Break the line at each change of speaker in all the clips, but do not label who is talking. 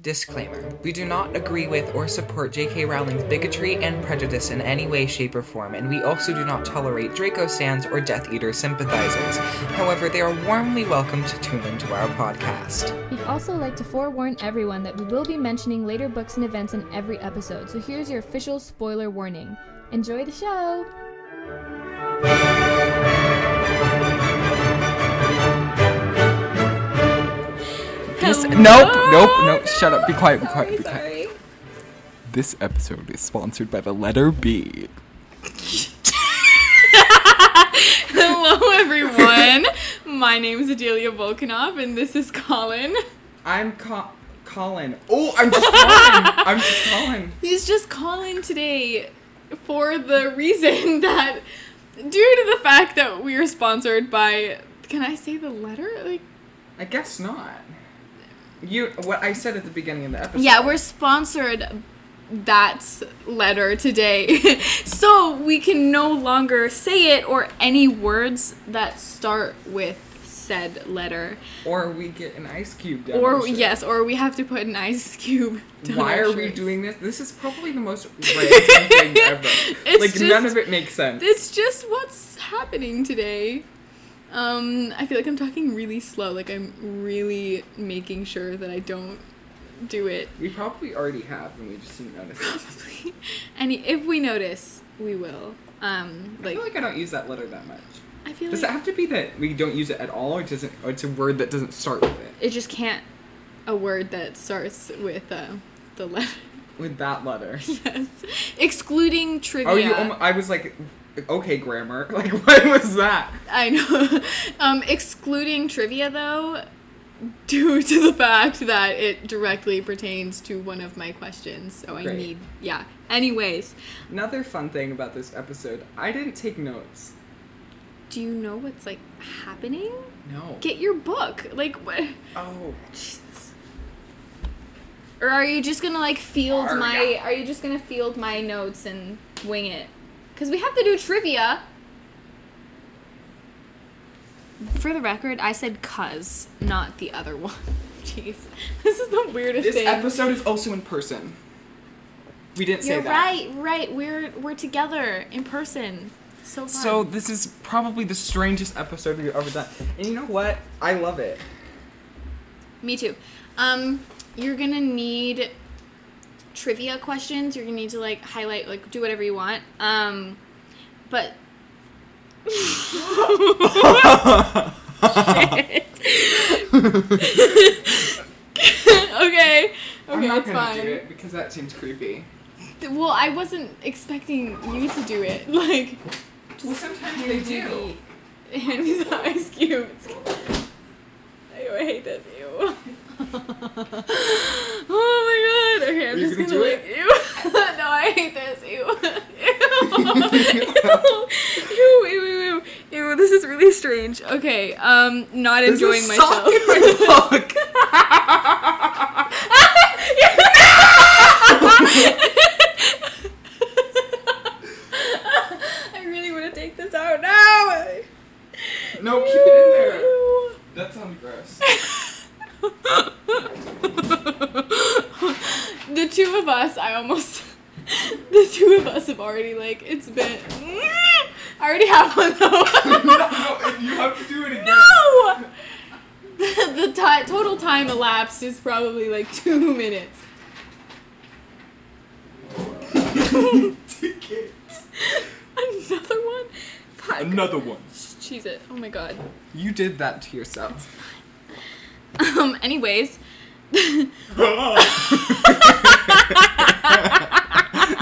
Disclaimer We do not agree with or support J.K. Rowling's bigotry and prejudice in any way, shape, or form, and we also do not tolerate Draco Sands or Death Eater sympathizers. However, they are warmly welcome to tune into our podcast.
We'd also like to forewarn everyone that we will be mentioning later books and events in every episode, so here's your official spoiler warning. Enjoy the show!
This, nope, nope, nope. Shut up. Be quiet. Be quiet. Be quiet.
Sorry.
This episode is sponsored by the letter B.
Hello, everyone. My name is Adelia Volkanov, and this is Colin.
I'm Col- Colin. Oh, I'm just Colin. I'm just Colin.
He's just calling today for the reason that, due to the fact that we are sponsored by, can I say the letter? Like,
I guess not. You, what I said at the beginning of the episode.
yeah, we're sponsored that letter today, so we can no longer say it or any words that start with said letter.
Or we get an ice cube. Down
Or
our shirt.
yes, or we have to put an ice cube. down
Why
our
are we
shirts.
doing this? This is probably the most random thing ever.
It's
like none
just-
of it makes sense.
It's just what's happening today. Um, I feel like I'm talking really slow. Like I'm really making sure that I don't do it.
we probably already have, and we just didn't notice. It.
Probably. And if we notice, we will. Um,
I
like
feel like I don't use that letter that much.
I feel
Does
like
it have to be that we don't use it at all, or doesn't? Or it's a word that doesn't start with it,
it just can't a word that starts with uh, the letter.
with that letter.
yes, excluding trivia.
Oh, you! Almost, I was like, okay, grammar. Like, what was that?
I know. Um, excluding trivia, though, due to the fact that it directly pertains to one of my questions. So I
Great.
need, yeah. Anyways,
Another fun thing about this episode, I didn't take notes.
do you know what's like happening?
No.
Get your book. Like, what?
oh,
Jesus. Or are you just gonna like field
Arga.
my? Are you just gonna field my notes and wing it? Because we have to do trivia. For the record, I said "cuz," not the other one. Jeez, this is the weirdest
this
thing.
episode is also in person. We didn't
You're
say that.
right, right. We're we're together in person. So fun.
So this is probably the strangest episode we've ever done, and you know what? I love it.
Me too. Um, you're gonna need trivia questions. You're gonna need to like highlight, like do whatever you want. Um, but okay, okay,
I'm not
it's
gonna
fine.
do it because that seems creepy.
Well, I wasn't expecting you to do it. Like,
Well, sometimes they do.
hand me the ice cube. Ew, I hate that. Ew. oh my god. Okay, I'm
Are you
just
gonna
gonna,
do
like ew. no, I hate this. Ew. ew. Ew. Ew. Ew. Ew. Ew. This is really strange. Okay. Um. Not
There's a
enjoying
sock
myself.
in my book.
I really want to take this out now.
no, keep it in there. That sounds gross.
the two of us, I almost. The two of us have already, like, it's been. I already have one though.
no, you have to do it again.
no! The, the ti total time elapsed is probably like two minutes. Another one? Fuck.
Another one.
Cheese it. Oh my god.
You did that to yourself.
Um, anyways.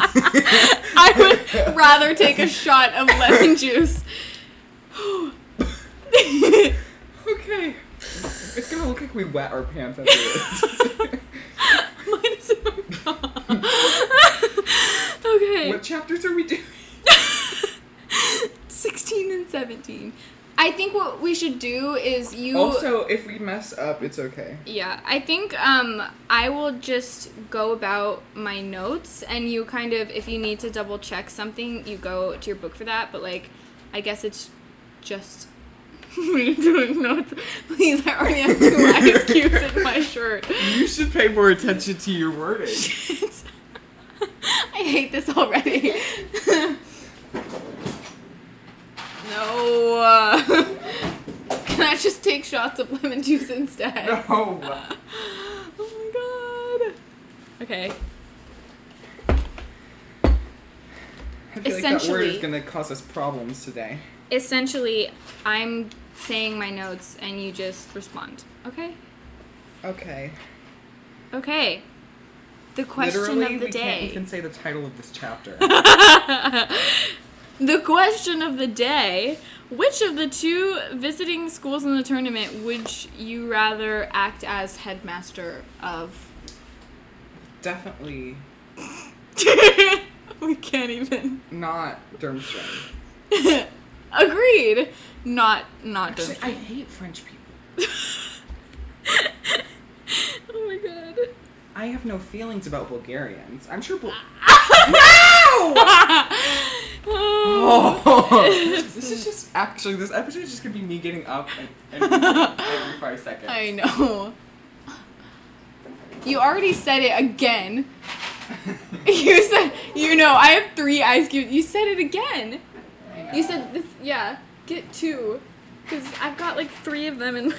I would rather take a shot of lemon juice.
okay. It's gonna look like we wet our pants after this.
Mine is okay.
what chapters are we doing?
16 and 17. I think what we should do is you.
Also, if we mess up, it's okay.
Yeah, I think um, I will just go about my notes, and you kind of, if you need to double check something, you go to your book for that. But like, I guess it's just we don't know. Please, I already have two ice cubes in my shirt.
You should pay more attention to your wording.
I hate this already. no. Uh, can I just take shots of lemon juice instead?
No.
Oh my god. Okay.
I feel like that word
Essentially-
is going to cause us problems today.
Essentially, I'm saying my notes and you just respond. Okay?
Okay.
Okay. The question
Literally,
of the
we
day.
can't even say the title of this chapter.
The question of the day Which of the two visiting schools in the tournament would you rather act as headmaster of?
Definitely
we can't even.
not Durmstrang.
Agreed. Not, not
Actually,
just.
I hate French people.
Oh my god.
I have no feelings about Bulgarians. I'm sure. Bul-
Ah.
Oh. this is just actually this episode is just gonna be me getting up and, and every five seconds.
I know. You already said it again. you said, you know, I have three ice cubes. You said it again.
I know.
You said this, yeah. Get two, because I've got like three of them in. My...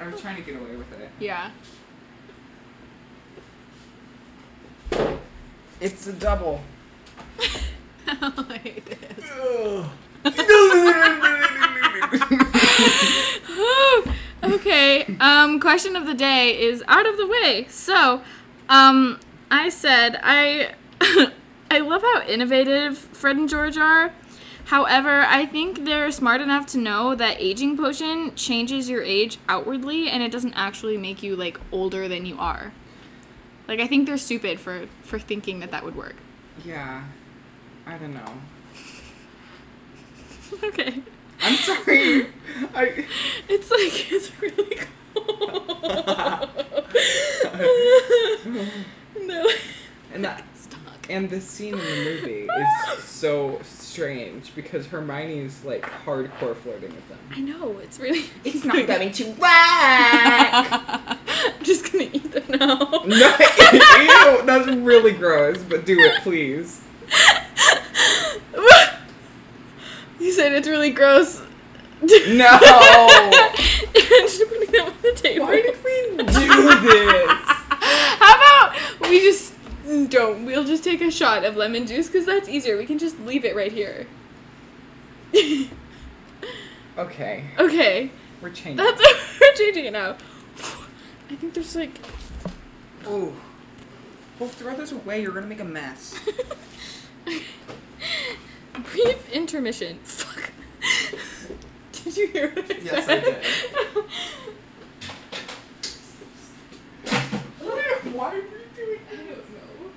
I was trying to get away with it.
Yeah.
It's a double.
I hate this. okay. Um, question of the day is out of the way. So, um, I said I, I love how innovative Fred and George are. However, I think they're smart enough to know that aging potion changes your age outwardly, and it doesn't actually make you like older than you are. Like I think they're stupid for for thinking that that would work.
yeah, I don't know.
okay.
I'm sorry. I
It's like it's really cool. no.
and that
Stop.
and the scene in the movie is so strange because Hermione's like hardcore flirting with them.
I know, it's really
It's not going to work.
I'm just gonna eat them now.
No, ew, that's really gross. But do it, please.
you said it's really gross.
No.
just putting them on the table.
Why did we do this?
How about we just don't? We'll just take a shot of lemon juice because that's easier. We can just leave it right here.
Okay,
okay,
we're changing.
that's we're changing it now. I think there's like
Oh, well, throw this away. You're gonna make a mess.
brief intermission. Fuck. did you hear what I
Yes, I
said?
did.
did.
Why are we doing
I don't know.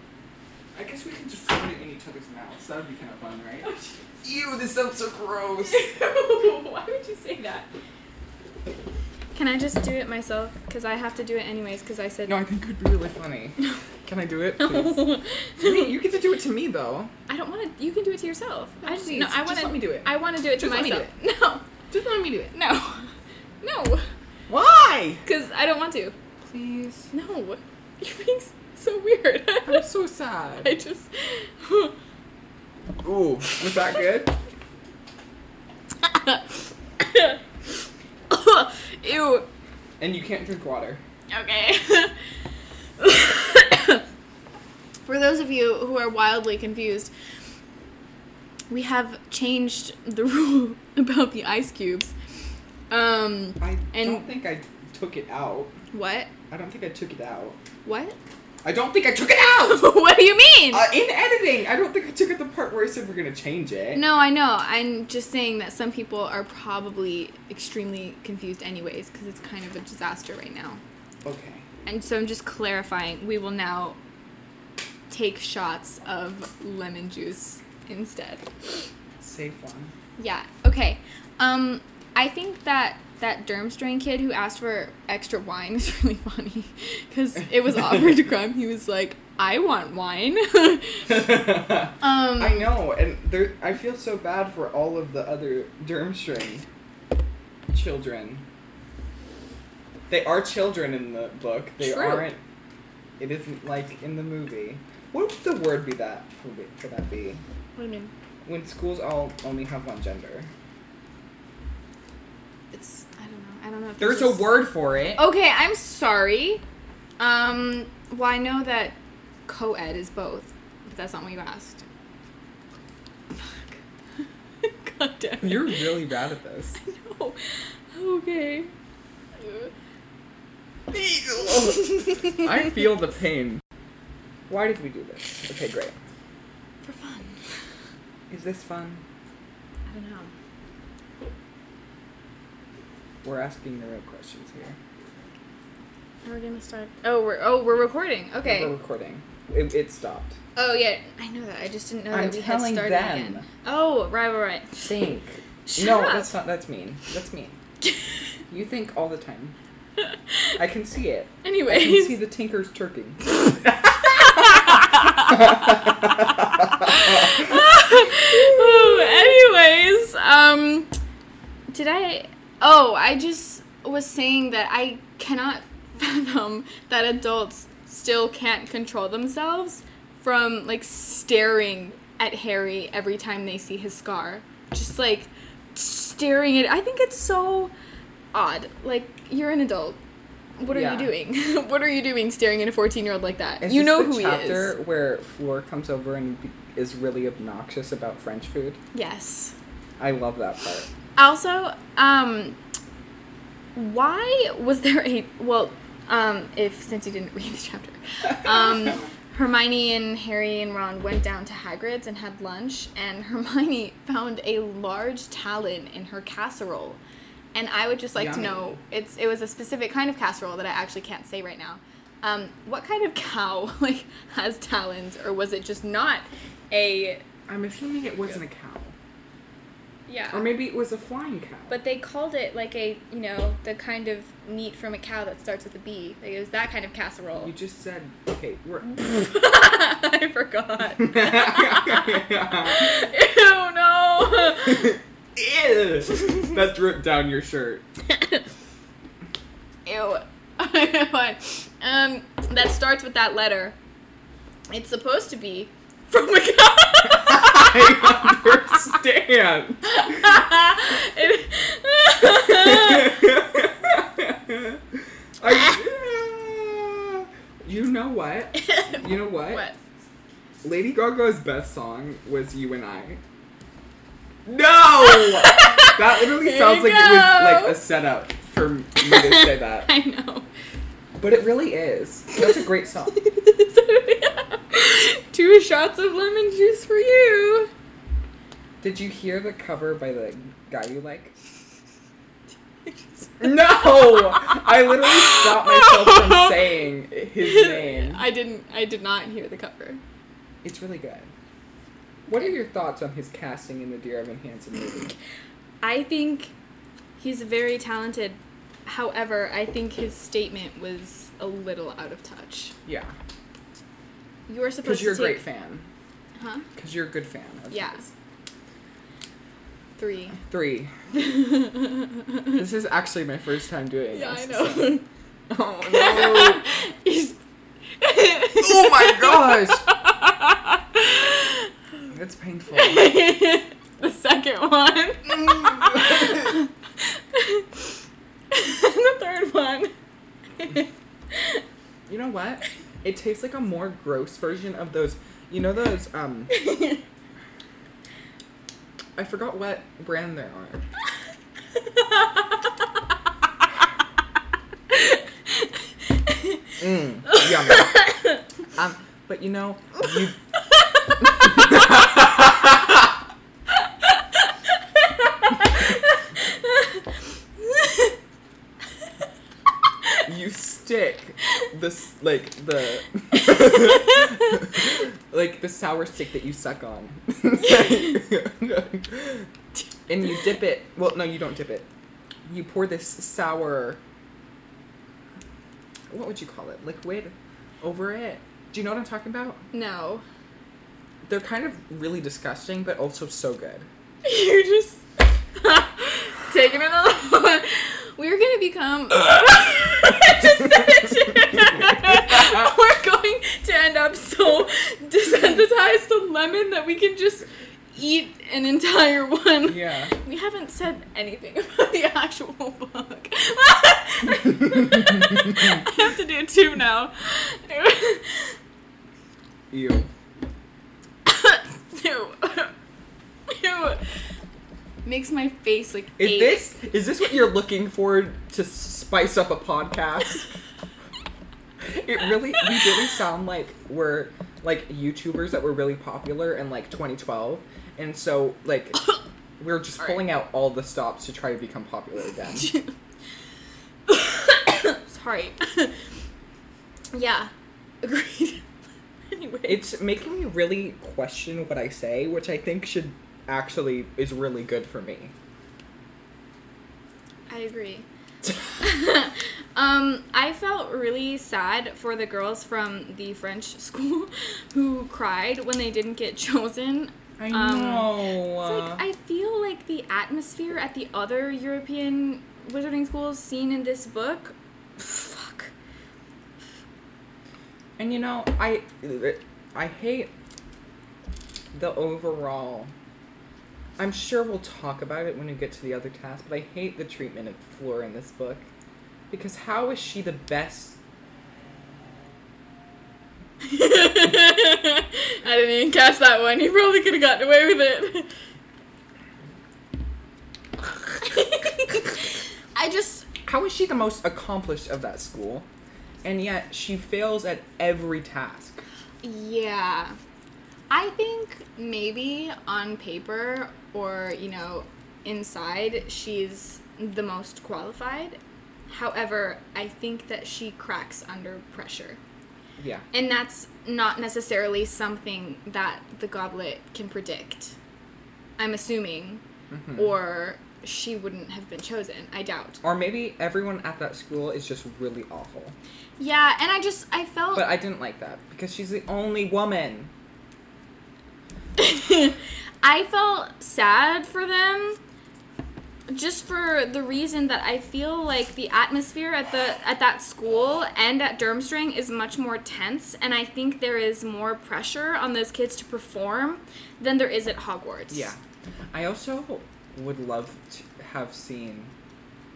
I guess we can just put it in each other's mouths. That would be kind of fun, right?
Oh, jeez.
Ew, this sounds so gross.
Why would you say that? Can I just do it myself? Because I have to do it anyways. Because I said
No, I think it would be really funny. Can I do it? Please?
no.
Wait, you get to do it to me though.
I don't want to. You can do it to yourself. I just
please,
no. I
just
want
let me do it.
I want to do it
Just
to
let me do
myself. No,
Just let me do it.
no, no.
Why?
Because I don't want to.
Please.
No, you're being s- so weird.
I'm so sad.
I just.
Ooh, was that good?
Ew.
And you can't drink water.
Okay. For those of you who are wildly confused, we have changed the rule about the ice cubes. Um,
I
And-
don't think I took it out.
what?
I don't think I took it out.
What?
I don't think I took it out.
what do you mean?
Uh, in editing, I don't think I took out the part where I said we're gonna change it.
no, I know. I'm just saying that some people are probably extremely confused, anyways, because it's kind of a disaster right now.
Okay.
And so I'm just clarifying. We will now take shots of lemon juice instead.
Safe one.
Yeah. Okay. Um, I think that that Durmstrang kid who asked for extra wine is really funny because it was offered to Crumb. He was like, "I want wine." um,
I know, and there, I feel so bad for all of the other Durmstrang children. They are children in the book. They
True.
aren't. It isn't like in the movie. What would the word be that for, be- for that be?
what do you mean?
When schools all only have one gender.
It's I don't know. I don't know. If
There's
this
a
is-
word for
Oh.
it.
Okay, I'm sorry. Um, well, I know that co-ed is both, but that's not what you asked. Fuck. God damn it.
You're really bad at this.
No. Okay.
I feel the pain. Why did we do this? Okay, great.
For fun.
Is this fun?
I don't know.
We're asking the real questions here.
We're gonna start. Oh, we're oh we're recording.
We're
Okay.
recording. It, it stopped.
Oh yeah, I know that. I just didn't know
I'm
that we had
telling
started
them.
again. Oh, right, right, right.
Think.
Shut
no,
up.
that's not. That's mean. That's mean. You think all the time. I can see it. I can see
Anyways,
the Tinker's turkey.
Oh, anyways, um, did I? Oh, I just was saying that I cannot fathom that adults still can't control themselves from like staring at Harry every time they see his scar. Just like staring at. I think it's so odd. Like you're an adult. What are
Yeah.
you doing? what are you doing staring at a 14 year old like that?
Is
you
this
know
the
who
chapter
he is.
where Fleur comes over and be- is really obnoxious about French food.
Yes.
I love that part.
Also, um, why was there a well? Um, if since you didn't read the chapter, um, Hermione and Harry and Ron went down to Hagrid's and had lunch, and Hermione found a large talon in her casserole, and I would just like
Yummy.
to know it's it was a specific kind of casserole that I actually can't say right now. Um, what kind of cow like has talons, or was it just not a
I'm assuming it wasn't a cow,
yeah?
or maybe it was a flying cow.
But they called it like a, you know, the kind of meat from a cow that starts with a B. Like it was that kind of casserole.
you just said okay. We're-
I forgot. Ew, no.
Ew. That's ripped down your shirt.
Ew. But, um, that starts with that letter. It's supposed to be from a cow.
I understand.
It-
I, you know what? You know what?
what?
Lady Gaga's best song was "You and I." No, that literally
There
sounds
you
like it was like
go.
a setup for me to say that,
I know.
but it really is. That's a great song.
Two shots of lemon juice for you.
Did you hear the cover by the guy you like? No, I literally stopped myself from saying his name.
I didn't. I did not hear the cover.
It's really good. What are your thoughts on his casting in the Dear Evan Hansen movie?
I think he's very talented. However, I think his statement was a little out of touch.
Yeah,
You are
because
supposed to
you're a great
take-
fan.
Huh?
Because you're a good fan. of
Yeah.
his.
Three.
Three. this is actually my first time doing
Yeah, I
this.
know.
Oh no!
He's-
oh my gosh! That's painful.
the second one. the third one.
You know what? It tastes like a more gross version of those. You know those. Um. I forgot what brand there are. Mm, yummy. um, but you know, you. you stick this like the like the sour stick that you suck on and you dip it well no you don't dip it you pour this sour what would you call it liquid over it do you know what i'm talking about
No.
they're kind of really disgusting but also so good
You just taking another one. We're gonna become. I just said it. We're going to end up so desensitized to lemon that we can just eat an entire one.
yeah
We haven't said anything about the actual book. I have to do two now.
ew
Ew. Ew. Makes my face like
is
ache.
this is this what you're looking for to spice up a podcast it really we really sound like we're like YouTubers that were really popular in like 2012, and so like we're just pulling out all the stops to try to become popular again.
Sorry. yeah. Agreed. anyway.
It's making me really question what I say, which I think should actually is really good for me.
I agree. um, I felt really sad for the girls from the French school who cried when they didn't get chosen.
I
Um,
know.
It's like I feel like the atmosphere at the other European wizarding schools seen in this book. Fuck.
And you know, I I hate the overall. I'm sure we'll talk about it when we get to the other task, but I hate the treatment of Fleur in this book because how is she the best?
I didn't even catch that one. You probably could have gotten away with it. I just
How is she the most accomplished of that school? And yet she fails at every task.
Yeah. I think maybe on paper or, you know, inside, she's the most qualified. However, I think that she cracks under pressure.
Yeah.
And that's not necessarily something that the goblet can predict. I'm assuming.
Mm-hmm.
Or she wouldn't have been chosen. I doubt.
Or maybe everyone at that school is just really awful.
Yeah, and I just, I felt.
But I didn't like that because she's the only woman.
I felt sad for them just for the reason that I feel like the atmosphere at the at that school and at Durmstrang is much more tense and I think there is more pressure on those kids to perform than there is at Hogwarts.
Yeah. I also would love to have seen.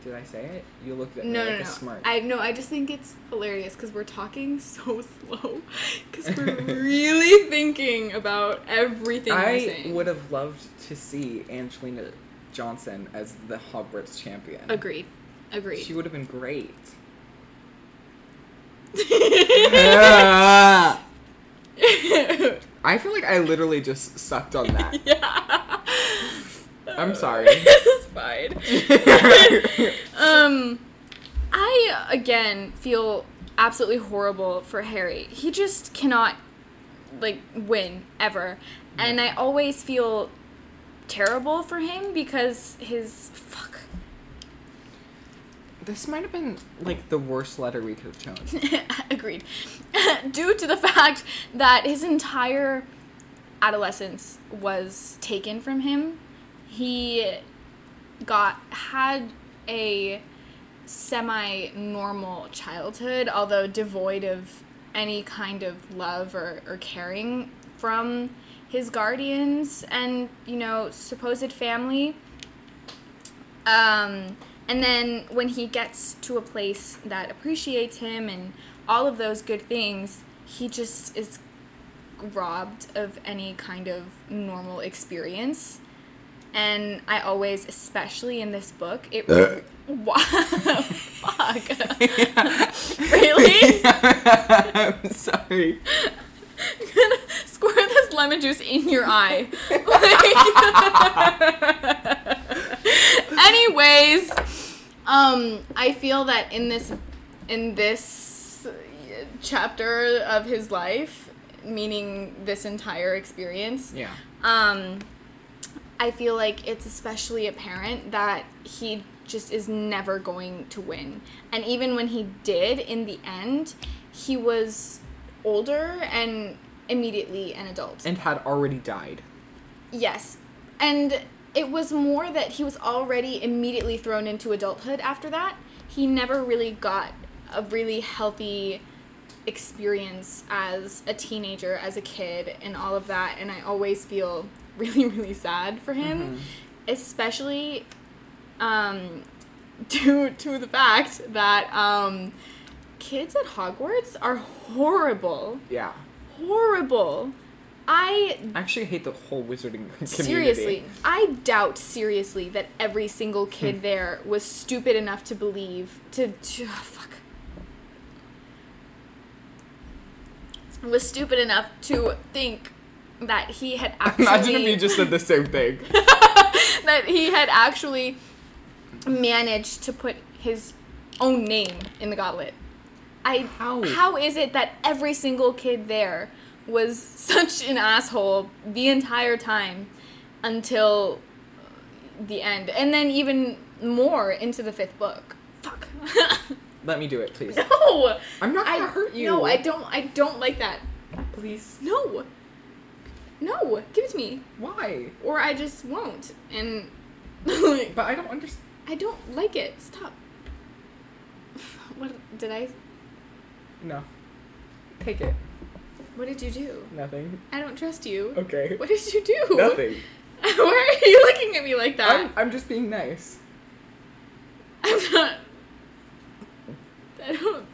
Did I say it? You looked at me
No,
like
no,
a
no.
smart.
I no, I just think it's hilarious because we're talking so slow because we're really thinking about everything. we're
I
saying.
would have loved to see Angelina Johnson as the Hogwarts champion.
agreed, agreed.
She would have been great. I feel like I literally just sucked on that.
yeah.
I'm sorry.
it's fine. Um, I again feel absolutely horrible for Harry. He just cannot like win ever, and I always feel terrible for him because his fuck.
this might have been like the worst letter we could have chosen.
Agreed. Due to the fact that his entire adolescence was taken from him, he got had a semi normal childhood, although devoid of any kind of love or, or caring from his guardians and, you know, supposed family. Um, and then when he gets to a place that appreciates him and all of those good things, he just is robbed of any kind of normal experience. And I always, especially in this book, it. Wow. Fuck. really?
I'm sorry.
Squirt this lemon juice in your eye. anyways, um, I feel that in this in this chapter of his life, meaning this entire experience,
Yeah.
um, I feel like it's especially apparent that he just is never going to win. And even when he did in the end, he was older and immediately an adult.
and had already died.
Yes. And it was more that he was already immediately thrown into adulthood after that. He never really got a really healthy experience as a teenager, as a kid, and all of that. And I always feel really, really sad for him, especially um, due to the fact that um, kids at Hogwarts are horrible.
Yeah.
Horrible. I
I actually hate the whole wizarding community. Hmm.
Seriously, I doubt seriously that every single kid there was stupid enough to believe to, to oh, fuck was stupid enough to think that he had actually
Imagine if you just said the same thing.
that he had actually managed to put his own name in the goblet. I
How?
how is it that every single kid there was such an asshole the entire time until the end, and then even more into the fifth book? Fuck.
Let me do it, please.
no.
I'm not gonna
I
hurt you.
No, I don't. I don't like that.
Please.
No. No, give it to me,
Why?
or I just won't. And like,
But I don't understand.
I don't like it. Stop. What did I?
No. Take it.
What did you do?
Nothing.
I don't trust you.
Okay.
What did you do?
Nothing.
Why are you looking at me like that?
I'm, I'm just being nice.
I'm not. I don't.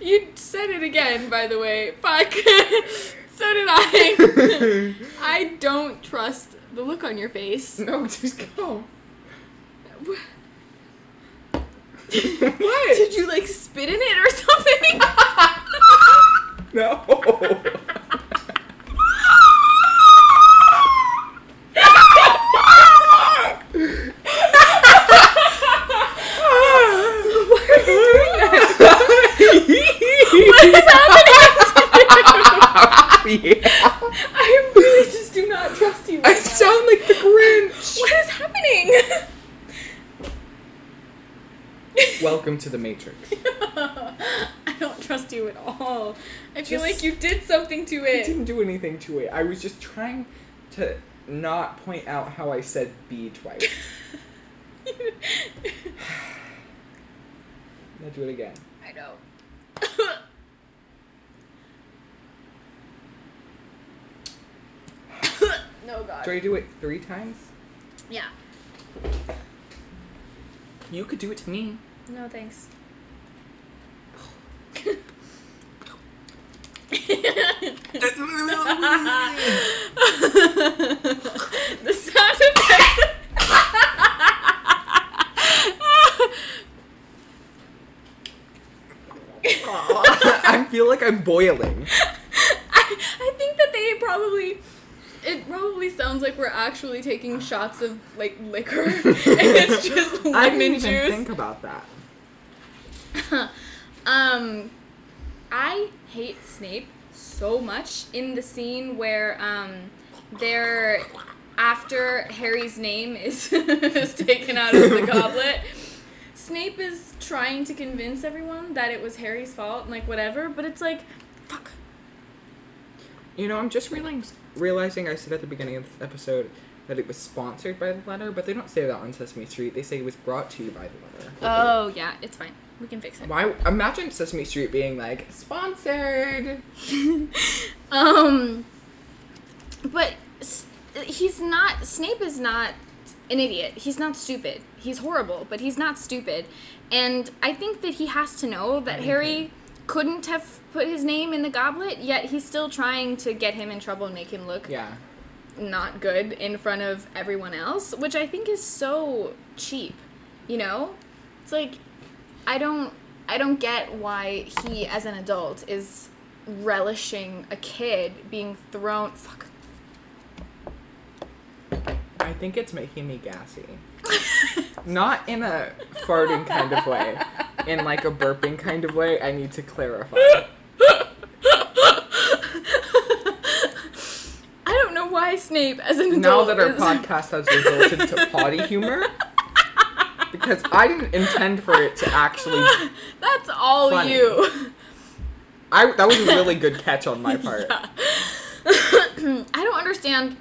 you said it again, by the way. Fuck. so did I. I don't trust the look on your face.
no, just go.
What? Did you like spit in it or something?
No.
I really just do not trust you.
I
right now.
sound like the Grinch.
What is happening?
Welcome to the Matrix.
I don't trust you at all. I feel
Just-
like you did something to
I
it.
didn't do anything to it. I was just trying to not point out how I said B twice. I'll do it again.
I know. no god.
Do I do it three times?
Yeah.
You could do it to me.
No thanks. the sound effects.
I feel like I'm boiling.
I, I think that they probably it probably sounds like we're actually taking shots of like liquor and it's just
I didn't
lemon
even
juice.
think about that.
um I hate Snape so much in the scene where um they're after Harry's name is, is taken out of the goblet. Snape is trying to convince everyone that it was Harry's fault and like whatever, but it's like fuck.
You know, I'm just realizing, realizing I said at the beginning of this episode that it was sponsored by the letter, but they don't say that on Sesame Street. They say it was brought to you by the letter.
Oh yeah, it's fine. We can fix it.
Why? Imagine Sesame Street being like sponsored.
Um, but S- he's not. Snape is not an idiot. He's not stupid. He's horrible, but he's not stupid. And I think that he has to know that Harry couldn't have put his name in the goblet. Yet he's still trying to get him in trouble and make him look
Yeah.
not good in front of everyone else, which I think is so cheap. You know, it's like I don't I don't get why he as an adult is relishing a kid being thrown. Fuck.
I think it's making me gassy. Not in a farting kind of way, in like a burping kind of way. I need to clarify.
I don't know why Snape as an
now
adult.
that our
is-
podcast has resulted to potty humor, because I didn't intend for it to actually.
That's all
Funny.
you.
I that was a really good catch on my part.
I don't understand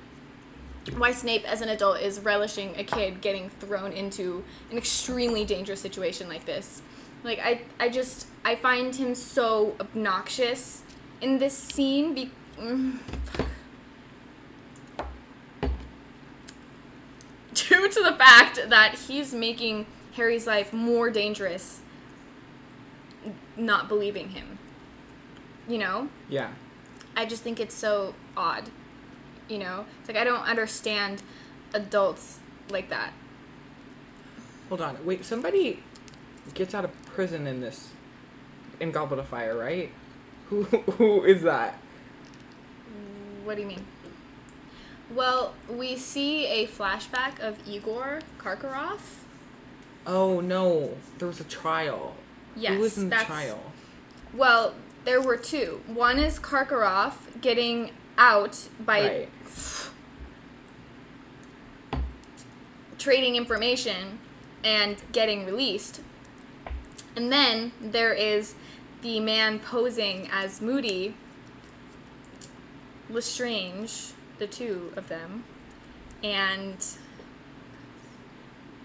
why Snape as an adult is relishing a kid getting thrown into an extremely dangerous situation like this. Like I I just I find him so obnoxious in this scene be mm, fuck. due to the fact that he's making Harry's life more dangerous not believing him. You know?
Yeah.
I just think it's so odd. You know? It's like I don't understand adults like that.
Hold on. Wait. Somebody gets out of prison in this in Goblet of Fire, right? Who who is that?
What do you mean? Well, we see a flashback of Igor Karkaroff.
Oh no, there was a trial.
Yes,
Who was in the
that's-
trial?
Well, there were two. One is Karkaroff getting out by
Right.
trading information and getting released. And then there is the man posing as Moody, Lestrange, the two of them. And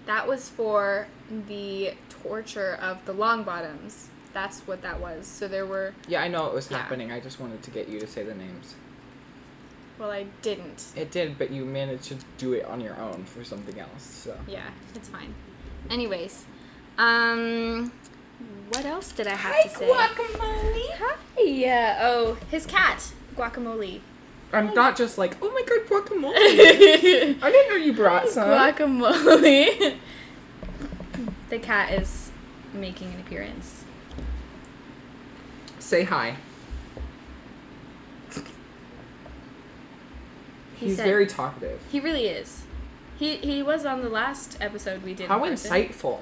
that was for the torture of the Longbottoms. That's what that was. So there were,
Yeah, I know it was
Yeah.
happening. I just wanted to get you to say the names.
well, I didn't.
It did, but you managed to do it on your own for something else. So
Yeah, it's fine. Anyways, um, what else did I have to say?
guacamole.
Yeah. Oh, his cat, guacamole.
I'm not just like, oh my god, guacamole. I didn't know you brought some.
guacamole. the cat is making an appearance.
Say hi.
He
He's
said-
very talkative.
He really is. He he was on the last episode we did. in
How
person.
insightful.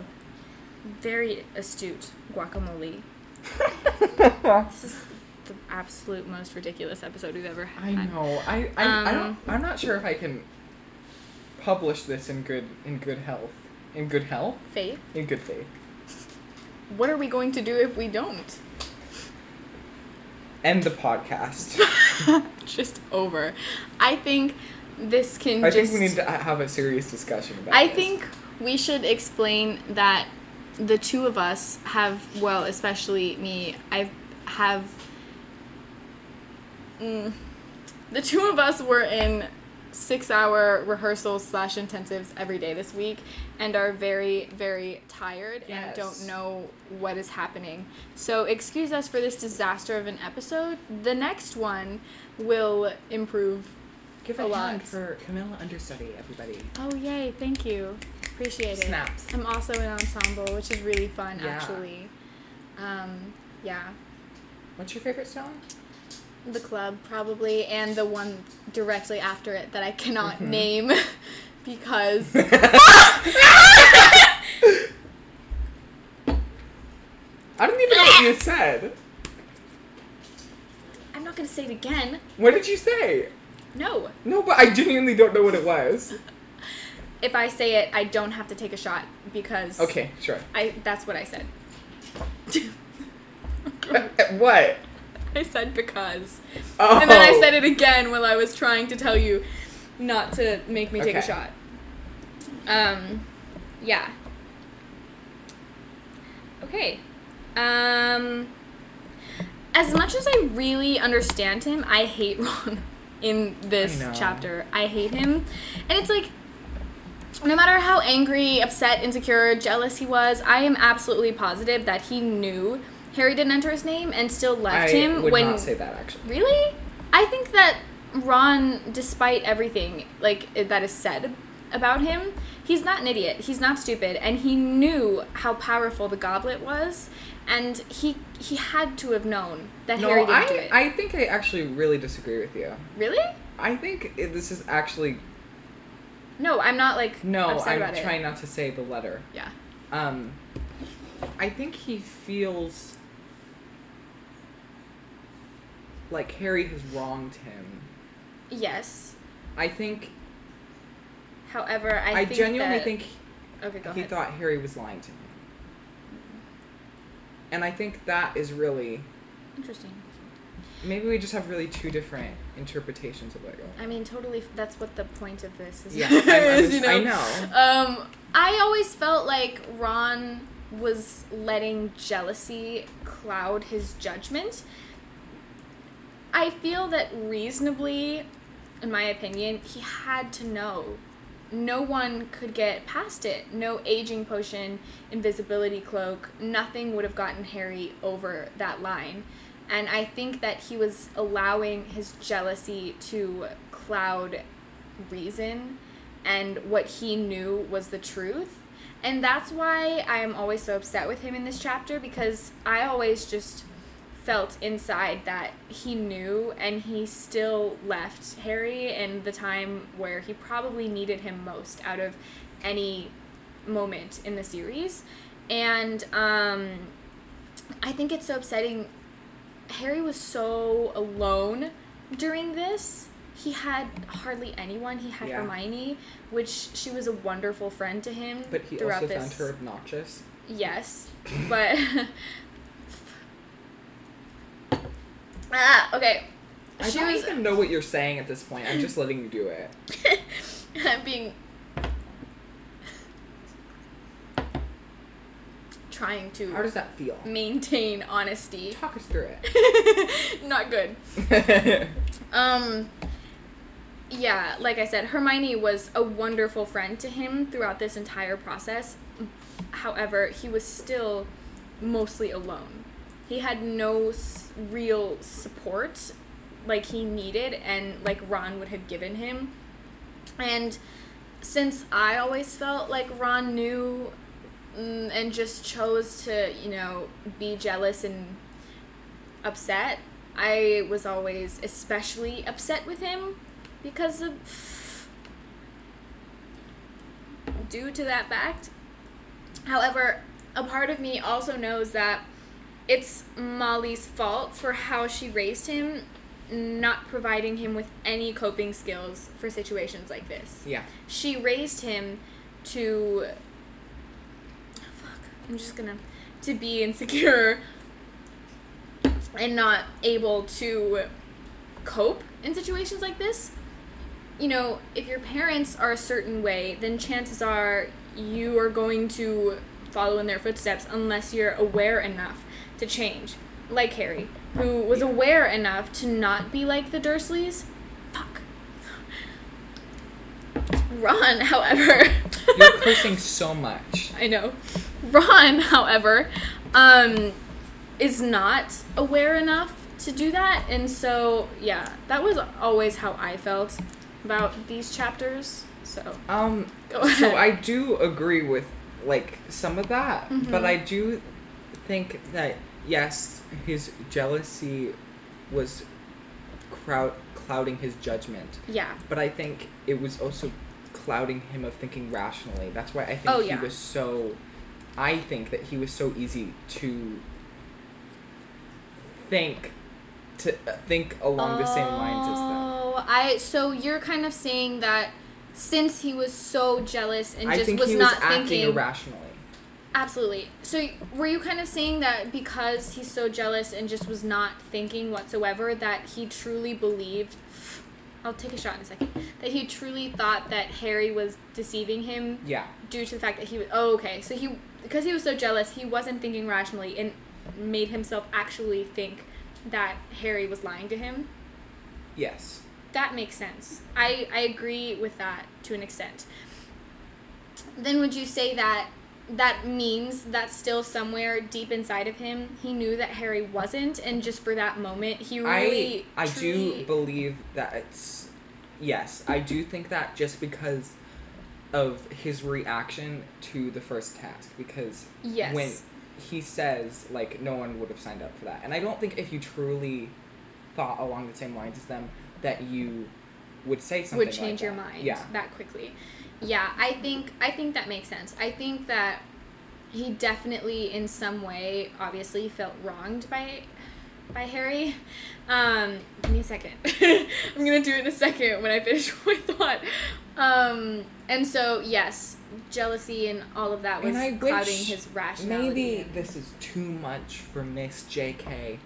Very astute guacamole. This is the absolute most ridiculous episode we've ever had.
I know. I I, I don't.
Um,
I'm not sure if I can publish this in good in good health. In good health.
Faith,
In good faith.
what are we going to do if we don't?
End the podcast.
just over. I think this can
I
just.
think we need to have a serious discussion about.
I
this.
think we should explain that the two of us have, well, especially me, I have. Mm, the two of us were in six-hour rehearsals slash intensives every day this week, and are very, very tired and
Yes.
don't know what is happening. So excuse us for this disaster of an episode. The next one will improve
Give
a
a,
lot.
hand for Camilla Understudy, everybody.
Oh yay! Thank you. Appreciate it.
Snaps.
I'm also in ensemble, which is really fun,
Yeah.
actually. Um, yeah,
What's your favorite song?
the club probably, and the one directly after it that I cannot
Mm-hmm.
name because
I don't even know what you said.
I'm not gonna say it again.
What did you say?
No,
No, but I genuinely don't know what it was.
if I say it, I don't have to take a shot because
Okay, sure.
I that's what I said.
Uh, what?
I said because,
Oh.
and then I said it again while I was trying to tell you not to make me take a
Okay.
shot. Um, yeah. Okay. Um, as much as I really understand him, I hate Ron in this
I know.
chapter. I hate him. And it's like, no matter how angry, upset, insecure, jealous he was, I am absolutely positive that he knew Harry didn't enter his name and still left
I
him
would
when
not say that actually.
Really? I think that Ron, despite everything like that is said about him, he's not an idiot. He's not stupid, and he knew how powerful the goblet was, and he he had to have known that Harry
No,
didn't do
I,
it.
I think I actually really disagree with you.
really?
I think it- this is actually
No, I'm not like
no.
Upset
I'm
about it.
trying not to say the letter.
Yeah.
Um, I think he feels like Harry has wronged him
Yes.
I think
However, I,
I,
think
genuinely
that-
think
Okay, go
he
ahead.
thought Harry was lying to him. And I think that is really
Interesting.
maybe we just have really two different interpretations of Lego.
I mean, totally. f- That's what the point of this is.
Yeah, I'm- I'm
is,
just- I know.
Um, I always felt like Ron was letting jealousy cloud his judgment. I feel that reasonably, in my opinion, he had to know. No one could get past it. No aging potion, invisibility cloak, nothing would have gotten Harry over that line. And I think that he was allowing his jealousy to cloud reason and what he knew was the truth. And that's why I am always so upset with him in this chapter because I always just felt inside that he knew and he still left Harry in the time where he probably needed him most out of any moment in the series. And um, I think it's so upsetting. Harry was so alone during this. He had hardly anyone. He had
Yeah.
Hermione, which she was a wonderful friend to him
But he
throughout
also
this.
found her obnoxious.
Yes, but ah, okay.
I
she
don't
was.
even know what you're saying at this point. I'm just letting you do it.
I'm being trying to
How does that feel?
maintain honesty.
Talk us through
Not good.
it.
Um yeah, like I said, Hermione was a wonderful friend to him throughout this entire process. However, he was still mostly alone. He had no s- real support like he needed and like Ron would have given him. And since I always felt like Ron knew mm, and just chose to, you know, be jealous and upset, I was always especially upset with him because of. due to that fact. However, a part of me also knows that it's Molly's fault for how she raised him, not providing him with any coping skills for situations like this
yeah.
she raised him to fuck i'm just gonna to be insecure and not able to cope in situations like this you know if your parents are a certain way then chances are you are going to follow in their footsteps unless you're aware enough to change like harry who was aware enough to not be like the dursleys fuck Ron, however,
You're cursing so much.
I know. Ron, however, um, is not aware enough to do that, and so yeah, that was always how I felt about these chapters. So
Um,
Go ahead.
so I do agree with like some of that,
Mm-hmm.
but I do think that yes, his jealousy was crowd clouding his judgment,
yeah,
but I think it was also clouding him of thinking rationally. That's why I think
Oh,
he
yeah.
was so. I think that he was so easy to think to uh, think along the same lines as them.
Oh, I so you're kind of saying that since he was so jealous and
I
just
think
was
he was
not
acting
thinking
irrationally.
Absolutely. So, were you kind of saying that because he's so jealous and just was not thinking whatsoever, that he truly believed? I'll take a shot in a second. That he truly thought that Harry was deceiving him
Yeah.
due to the fact that he was. Oh, okay. So he because he was so jealous, he wasn't thinking rationally and made himself actually think that Harry was lying to him.
Yes.
That makes sense. I, I agree with that to an extent. Then would you say that that means that still somewhere deep inside of him he knew that Harry wasn't and just for that moment he really
I I
truly-
do believe that it's yes, I do think that just because of his reaction to the first task because
Yes.
when he says like no one would have signed up for that. And I don't think if you truly thought along the same lines as them that you would say something
would
like
change your
that.
mind
Yeah.
that quickly. Yeah, I think I think that makes sense. I think that he definitely in some way obviously felt wronged by by Harry. Um, give me a second. I'm gonna do it in a second when I finish my thought. Um, and so yes, jealousy and all of that was
And I wish
clouding his rationality.
Maybe this is too much for Miss JK,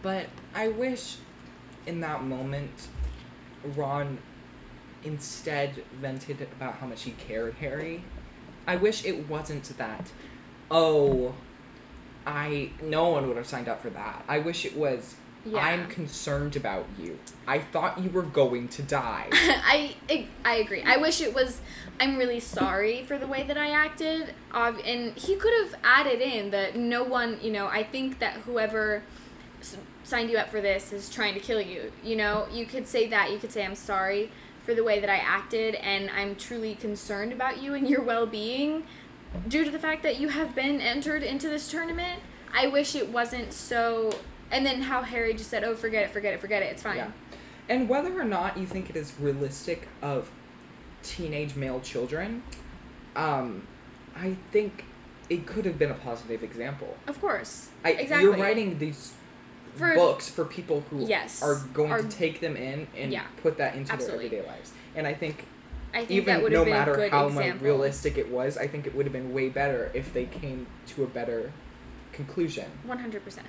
but I wish in that moment Ron instead vented about how much he cared Harry. I wish it wasn't that, oh, I no one would have signed up for that. I wish it was
Yeah.
I'm concerned about you. I thought you were going to die.
I, I I agree. I wish it was. I'm really sorry for the way that I acted. Ob- and he could have added in that no one, you know. I think that whoever s- signed you up for this is trying to kill you. You know, you could say that. You could say I'm sorry for the way that I acted, and I'm truly concerned about you and your well-being due to the fact that you have been entered into this tournament. I wish it wasn't so. And then how Harry just said, "Oh, forget it, forget it, forget it. It's fine."
Yeah. And whether or not you think it is realistic of teenage male children, um, I think it could have been a positive example.
Of course.
I,
exactly.
You're writing these
For-
books for people who
Yes.
are going
Are-
to take them in and
Yeah.
put that into
Absolutely.
their everyday lives. And I think,
I think that
even
would
no
have been a
matter
good
how mu-
example.
realistic it was, I think it would have been way better if they came to a better conclusion.
One hundred percent.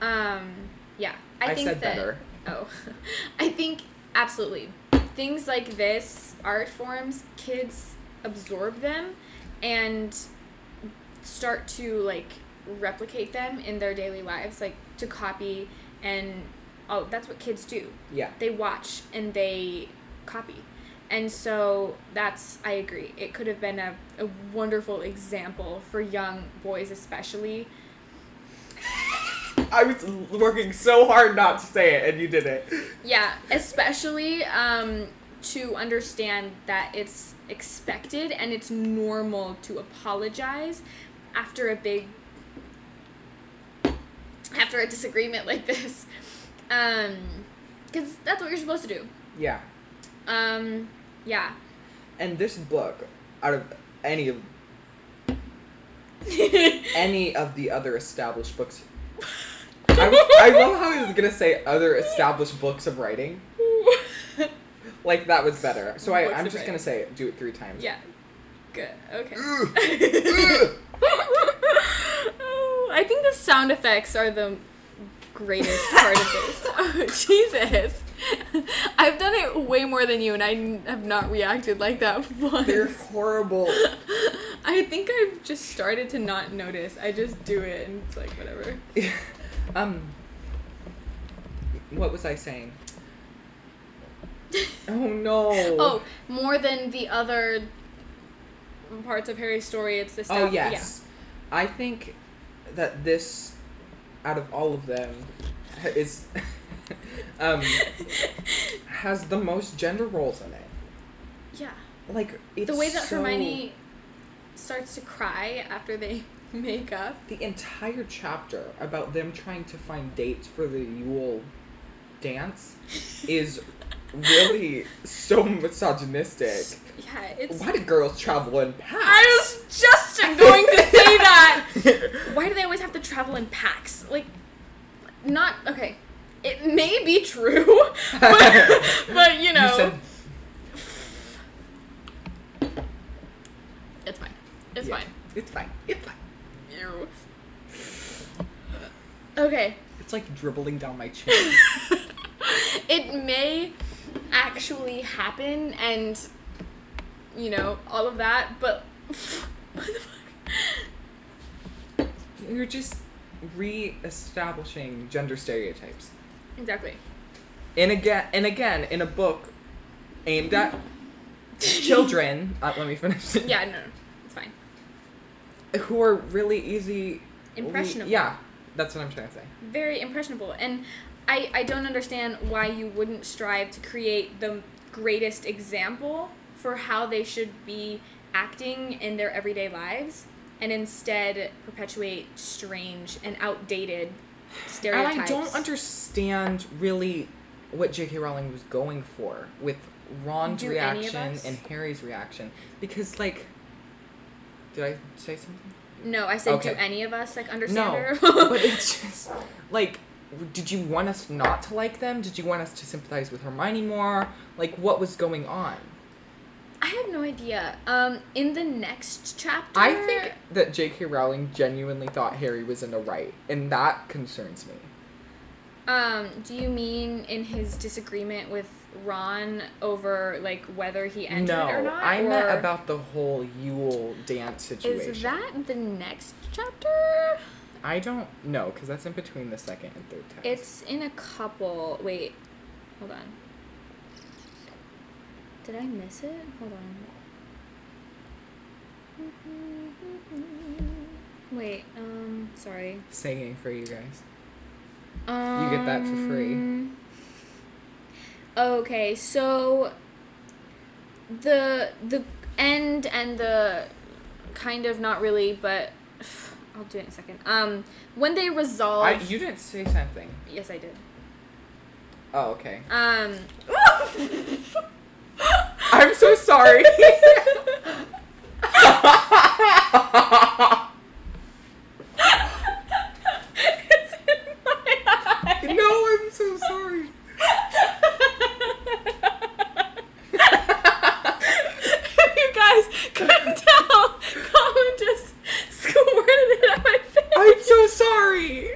Um. Yeah. I,
I
think
said
that,
better.
Oh, I think absolutely. Things like this, art forms, kids absorb them, and start to like replicate them in their daily lives, like to copy and oh, that's what kids do.
Yeah.
they watch and they copy. And so that's, I agree. It could have been a, a wonderful example for young boys, especially.
I was working so hard not to say it, and you did it.
Yeah, especially um, to understand that it's expected and it's normal to apologize after a big, after a disagreement like this. Because that's what you're supposed to do.
Yeah.
Um, yeah.
And this book, out of any of any of the other established books, I, was, I love how he was gonna say other established books of writing. Like that was better. So I,
Books
I'm
of
just
writing.
gonna say do it three times.
Yeah. Good. Okay.
Ugh.
Oh, I think the sound effects are the greatest part of this.
Oh, Jesus. I've done it way more than you, and I n- have not reacted like that once.
They're horrible.
I think I've just started to not notice. I just do it, and it's like, whatever.
um. What was I saying? Oh no.
Oh, more than the other parts of Harry's story, it's the sound.
Oh yes, I think that this, out of all of them, is um, has the most gender roles in it.
Yeah.
Like it's
The way that
so-
Hermione starts to cry after they make up.
the entire chapter about them trying to find dates for the Yule dance is really so misogynistic.
Yeah, it's.
Why do girls travel in packs?
I was just going to say that! Why do they always have to travel in packs? Like, not okay. It may be true, but, but you know,
You said
It's fine. It's
yeah,
fine.
It's fine. It's fine.
You.
okay.
It's like dribbling down my chin.
It may actually happen, and you know all of that. But what the fuck?
You're just re-establishing gender stereotypes.
Exactly.
And again, and again, in a book aimed at children. uh, let me finish.
Yeah, no, no, it's fine.
Who are really easy.
Impressionable.
Yeah, that's what I'm trying to say.
very impressionable and I, I don't understand why you wouldn't strive to create the greatest example for how they should be acting in their everyday lives and instead perpetuate strange and outdated
And
stereotypes
I don't understand really what J.K. Rowling was going for with Ron's
Do any of
reaction
us?
and Harry's reaction, because like, did I say something?
no i said
Okay.
do any of us like understand
No,
her
but it's just like did you want us not to like them? Did you want us to sympathize with Hermione more? Like, what was going on?
I have no idea. Um, in the next chapter,
I think that J.K. Rowling genuinely thought Harry was in the right, and that concerns me.
Um, do you mean in his disagreement with Ron over like whether he entered
no,
or not?
I
or
meant about the whole Yule dance situation.
Is that the next chapter?
I don't know because that's in between the second and third text.
It's in a couple. Wait, hold on. Did I miss it? Hold on. Wait, um, sorry.
singing for you guys.
Um,
get that for free.
Okay, so the the end and the kind of not really, but I'll do it in a second. Um, when they resolve,
I, you didn't say something.
yes, I did.
Oh, okay.
Um,
I'm so sorry.
it's in my eye.
no, I'm so sorry.
If you guys couldn't tell, Colin just squirted it at my face.
I'm so sorry.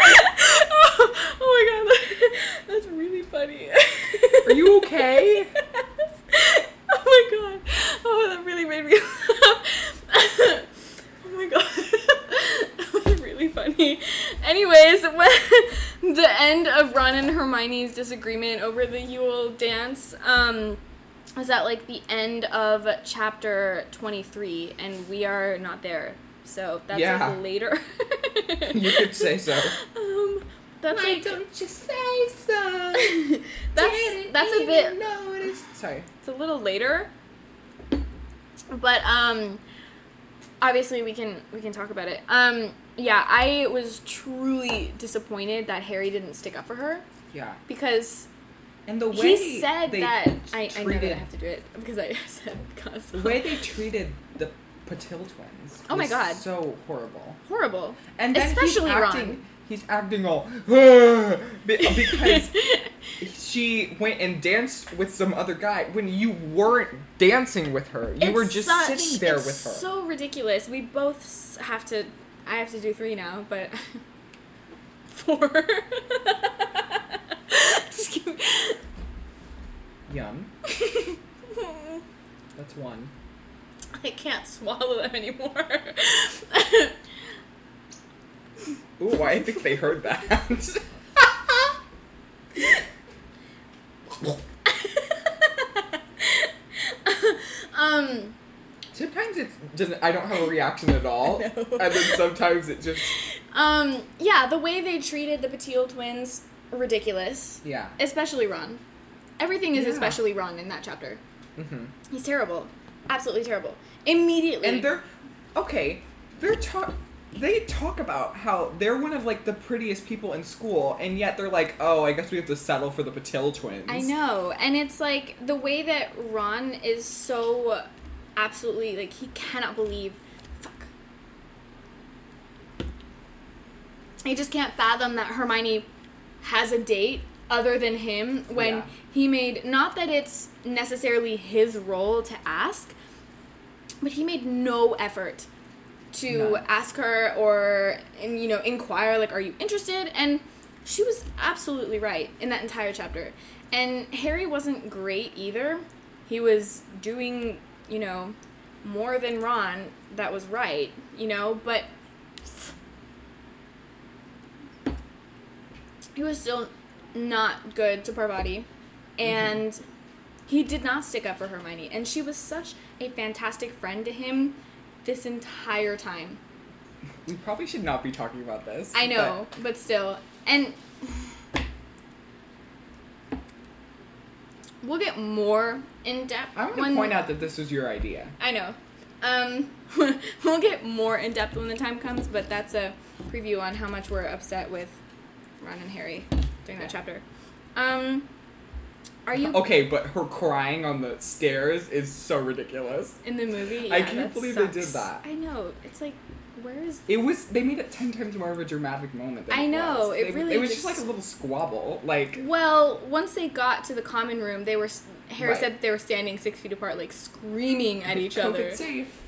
oh, oh my god, that's really funny.
Are you okay?
oh my god. Oh, that really made me laugh. oh my god. that was really funny. Anyways, when the end of Ron and Hermione's disagreement over the Yule dance, um, was at like the end of chapter 23, and we are not there. So that's
Yeah.
like later.
You could say so.
Um, that's like
you say so?
that's that's a bit
Sorry.
it's a little later but um obviously we can we can talk about it um yeah i was truly disappointed that harry didn't stick up for her
Yeah.
because
And the way
he said
they
that I, I know that
treated
i have to do it because i said because
the way they treated the Patil twins.
Oh my
was
God.
So horrible.
horrible
And then
Especially
he's
Ron.
acting, He's acting all "Ugh," be- because she went and danced with some other guy when you weren't dancing with her. You were
It's
just
such-
sitting there
it's
with her.
So ridiculous. We both s- have to. I have to do three now, but four. Just give
Yum.
me-
That's one.
I can't swallow them anymore.
Ooh, I think they heard that.
um.
sometimes it's doesn't. I don't have a reaction at all, and then sometimes it just
Um. Yeah, the way they treated the Patil twins, ridiculous.
yeah.
Especially Ron. Everything is
Yeah.
especially Ron in that chapter.
hmm
He's terrible. Absolutely terrible. Immediately.
And they're okay. They're talk. They talk about how they're one of like the prettiest people in school, and yet they're like, "Oh, I guess we have to settle for the Patil twins."
I know. And it's like the way that Ron is so absolutely like he cannot believe fuck. He just can't fathom that Hermione has a date other than him when
Yeah.
he made not that it's necessarily his role to ask, but he made no effort to
None.
ask her or and, you know inquire like are you interested and she was absolutely right in that entire chapter and harry wasn't great either he was doing you know more than ron that was right you know but he was still not good to parvati and he did not stick up for hermione and she was such a fantastic friend to him this entire time
We probably should not be talking about this.
I know, but, still. And we'll get more in depth.
but I want
when-
to point out that this was your idea.
I know. Um, we'll get more in depth when the time comes, but that's a preview on how much we're upset with Ron and Harry during that chapter. Um, are you
Okay, but her crying on the stairs is so ridiculous.
in the movie?
I
Yeah,
can't
that
believe they did
sucks.
that.
I know. It's like Where is
It was they made it ten times more of a dramatic moment. Than
I know,
was.
it
They-
really
It was just
just-
like a little squabble. Like
Well, once they got to the common room, they were s- Harry
Right.
said that they were standing six feet apart, like screaming at each
COVID
other.
safe.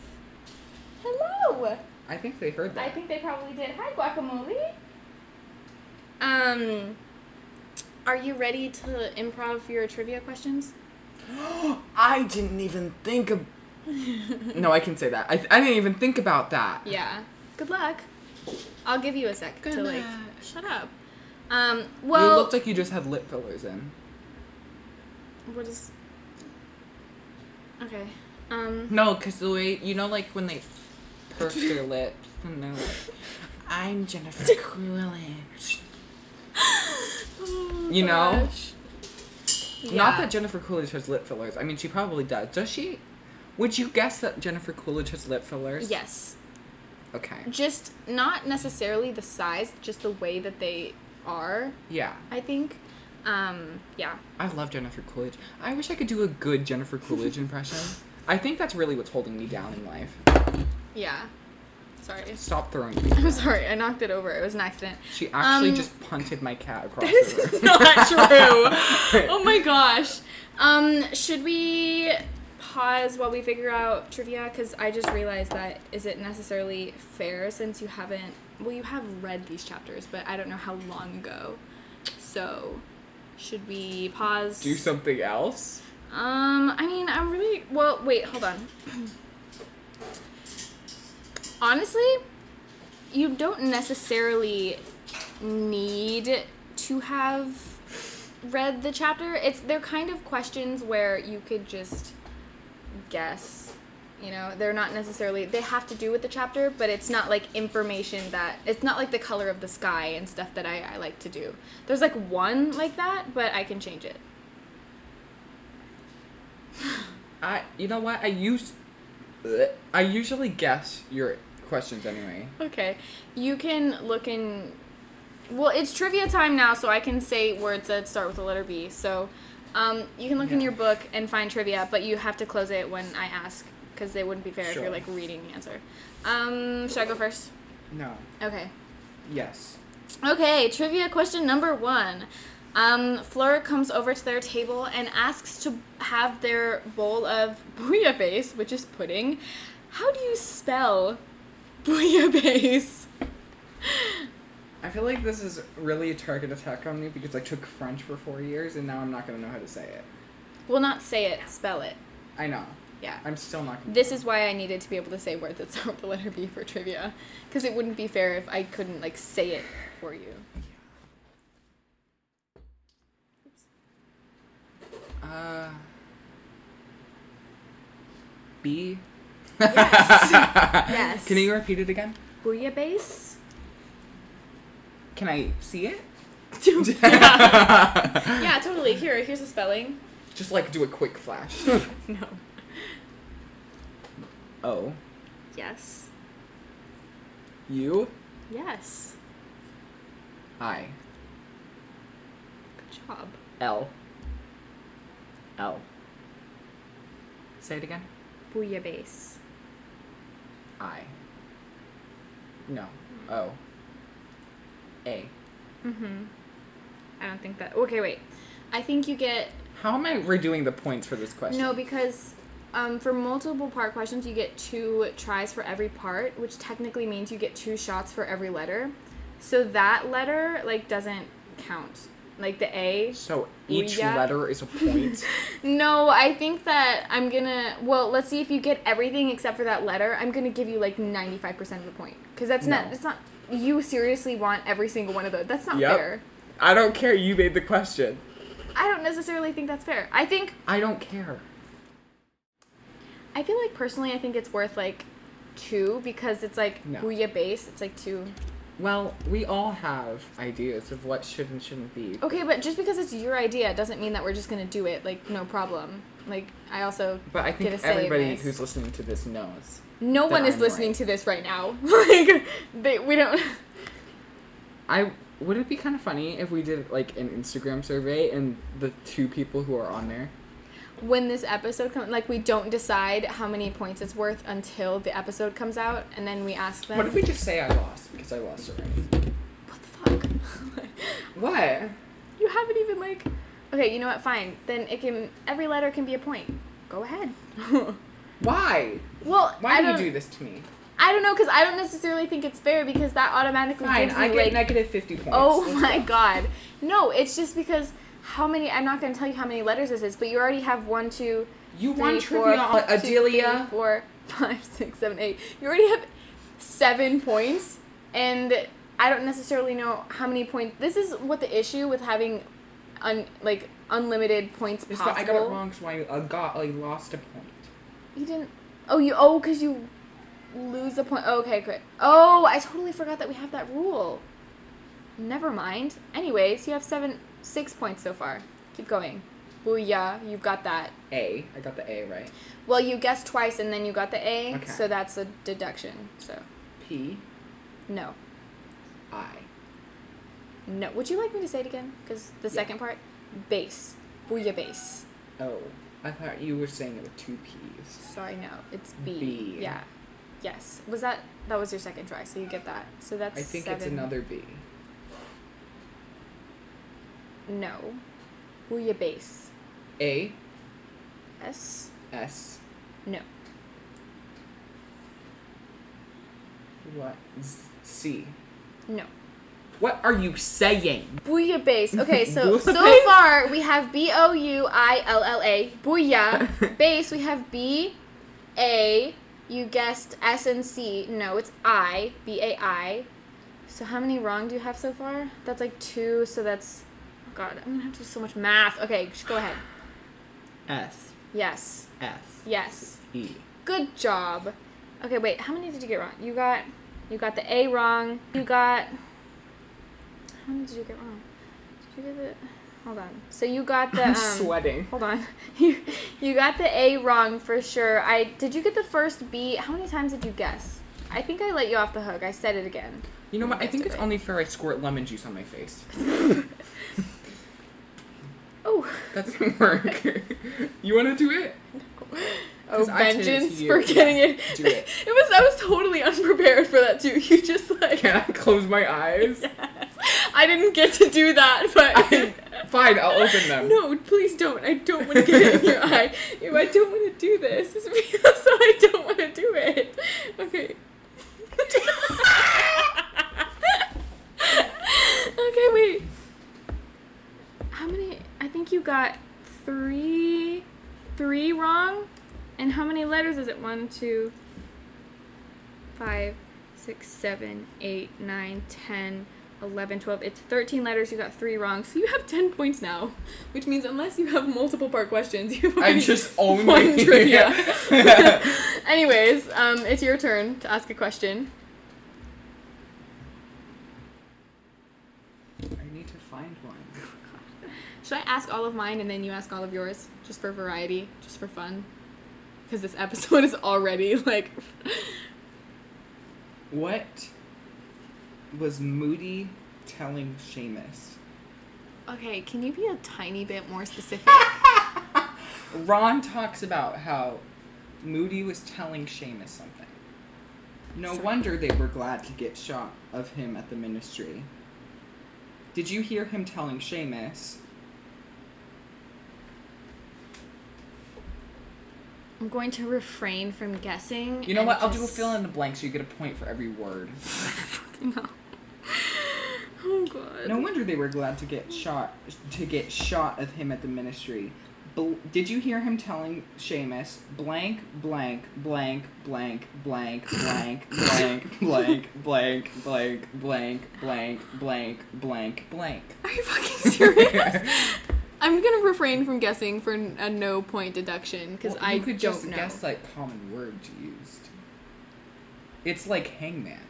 Hello.
I think they heard that.
think they probably did. Hi, guacamole. Um, are you ready to improv your trivia questions?
I didn't even think of. no, I can say that. I, I didn't even think about that.
Yeah. Good luck. I'll give you a sec to like.
shut up.
Um.
you
Well.
looked like you just had lip fillers in.
what is? Okay. Um.
No, because the way you know, like when they perk their lips and they're like, "I'm Jennifer Coolidge." You know?
gosh.
Not
Oh, Yeah.
that Jennifer Coolidge has lip fillers. I mean, she probably does. Does she? Would you guess that Jennifer Coolidge has lip fillers?
Yes.
Okay.
Just not necessarily the size, just the way that they are.
Yeah.
I think. Um. Yeah.
I love Jennifer Coolidge. I wish I could do a good Jennifer Coolidge impression. I think that's really what's holding me down in life.
Yeah. Sorry.
Stop throwing me.
I'm sorry. I knocked it over. It was an accident.
She actually
Um,
just punted my cat across
This
the room.
is not true. Oh my gosh. Um, should we pause while we figure out trivia? Because I just realized that is it necessarily fair since you haven't. Well, you have read these chapters, but I don't know how long ago. So, should we pause?
Do something else.
Um, I mean, I'm really. Well, wait, hold on. Honestly, you don't necessarily need to have read the chapter. It's they're kind of questions where you could just guess. You know, they're not necessarily they have to do with the chapter, but it's not like information that it's not like the color of the sky and stuff that I, I like to do. There's like one like that, but I can change it.
I. You know what? I use. I usually guess your questions anyway.
Okay. You can look in. Well, it's trivia time now, so I can say words that start with the letter B. So um, you can look in
Yeah.
your book and find trivia, but you have to close it when I ask, because they wouldn't be fair if
Sure.
you're like reading the answer. Um, should I go first?
No.
Okay.
Yes.
Okay, trivia question number one. Um, Fleur comes over to their table and asks to have their bowl of bouillabaisse, which is pudding. How do you spell bouillabaisse?
I feel like this is really a target attack on me because I took French for four years and now I'm not gonna know how to say it.
Well, not say it, spell it.
I know.
Yeah.
I'm still not gonna.
This is why I needed to be able to say words that start with the letter B for trivia, because it wouldn't be fair if I couldn't like say it for you.
Uh. B.
Yes.
Uh, Can you repeat it again?
Bouillabaisse.
Can I see it?
Yeah, totally. Here, here's the spelling.
Just like do a quick flash.
No.
o
Yes.
U
Yes.
I
Good job.
L L. Say it again.
Bouillabaisse.
I. No. O. A.
Mm-hmm. I don't think that. Okay, wait. I think you get
How am I redoing the points for this question?
no because um, for multiple part questions you get two tries for every part, which technically means you get two shots for every letter. So that letter like doesn't count. Like the A.
So each
Booyah.
letter is a point.
No, I think that I'm gonna. Well, let's see if you get everything except for that letter. I'm gonna give you like 95% of the point because that's
No.
not. It's not. You seriously want every single one of those? That's not
Yep.
fair.
I don't care. You made the question.
I don't necessarily think that's fair. I think
I don't care.
I feel like personally I think it's worth like two because it's like
No.
bouillabaisse. It's like two.
Well, we all have ideas of what should and shouldn't be.
Okay, but just because it's your idea doesn't mean that we're just gonna do it. Like no problem. Like I also
But I
get a
think
say in
everybody
this.
who's listening to this knows.
no one
that
is
I'm
listening
right.
to this right now. like they, we don't.
I would it be kind of funny if we did like an Instagram survey and the two people who are on there
when this episode comes, like we don't decide how many points it's worth until the episode comes out, and then we ask them.
What if we just say I lost because I lost already?
What the fuck?
What?
you haven't even like. Okay, you know what? Fine. Then it can. Every letter can be a point. Go ahead.
Why?
well,
Why
I
do
don't,
you do this to me?
I don't know because I don't necessarily think it's fair because that automatically
Fine,
gives you
I get
like
negative fifty points.
Oh my god. No, it's just because how many I'm not gonna tell you how many letters this is, but you already have one, two,
You
three,
won
four,
trivia on
five, two,
Adelia.
three, four, five, six, seven, eight. You already have seven points and I don't necessarily know how many points this is what the issue with having un like unlimited points
It's
possible.
not- I got it wrong, so I uh, got I lost a point.
You didn't Oh you oh cause you lose a point okay, great. Oh, I totally forgot that we have that rule. Never mind. Anyways, you have seven, six points so far. Keep going. Booyah, you've got that.
A. I got the A right.
Well, you guessed twice and then you got the A,
Okay.
so that's a deduction. So,
P.
no.
I.
No. Would you like me to say it again? Because the second part, base. Booyah base.
Oh, I thought you were saying it with two P's.
Sorry, no. It's B.
B.
Yeah. Yes. Was that, that was your second try, so you get that. So that's
I think it's
seven.
another B.
No. Booyah base.
A.
S.
S.
No.
What? Z- C.
No.
What are you saying?
Booyah base. Okay, so
Booyah
so
base?
far we have B O U I L L A. Booyah base. We have B A. You guessed S and C. No, it's I B A I. So how many wrong do you have so far? That's like two. So that's, oh God, I'm gonna have to do so much math. Okay, just go ahead.
S.
Yes,
S.
yes.
E.
Good job. Okay, wait. How many did you get wrong? You got, you got the A wrong. You got. How many did you get wrong? Did you get the? Hold on. So you got the.
I'm
um,
sweating.
Hold on. You, you got the A wrong for sure. I did. You get the first B. How many times did you guess? I think I let you off the hook. I said it again.
You know what? I
Yes,
think it's
it
only fair I squirt lemon juice on my face.
Oh.
That doesn't work. you want to do it?
Oh,
'Cause I did it to
vengeance
you.
for getting it.
Do it.
It was. I was totally unprepared for that too. You just like.
Can I close my eyes?
I didn't get to do that, but
I- Fine, I'll open them.
No, please don't. I don't want to get it in your eye. Ew, I don't want to do this. It's because I don't want to do it. Okay. okay, wait. How many? I think you got three, three wrong. And how many letters is it? One, two, five, six, seven, eight, nine, ten, eleven, twelve. It's 13 letters. You got three wrong. So you have 10 points now, which means unless you have multiple part questions, you
I
already
just own
won
it.
trivia. Anyways, um, it's your turn to ask a question.
I need to find one.
Should I ask all of mine and then you ask all of yours? Just for variety, just for fun? Because this episode is already like.
What was Moody telling Seamus?
okay, can you be a tiny bit more specific?
Ron talks about how Moody was telling Seamus something. No wonder they were glad to get shot of him at the ministry. Did you hear him telling Seamus?
I'm going to refrain from guessing.
You know
and
what? I'll do a
just-
fill in the blank so you get a point for every word.
No. Oh god.
No wonder they were glad to get shot to get shot of him at the ministry. Bl- did you hear him telling Seamus blank blank blank blank blank blank blank blank blank blank blank blank blank blank blank?
Are you fucking serious? I'm gonna refrain from guessing for n- a no point deduction because
Well,
I
you could
don't
just
know.
guess like common words used. It's like hangman.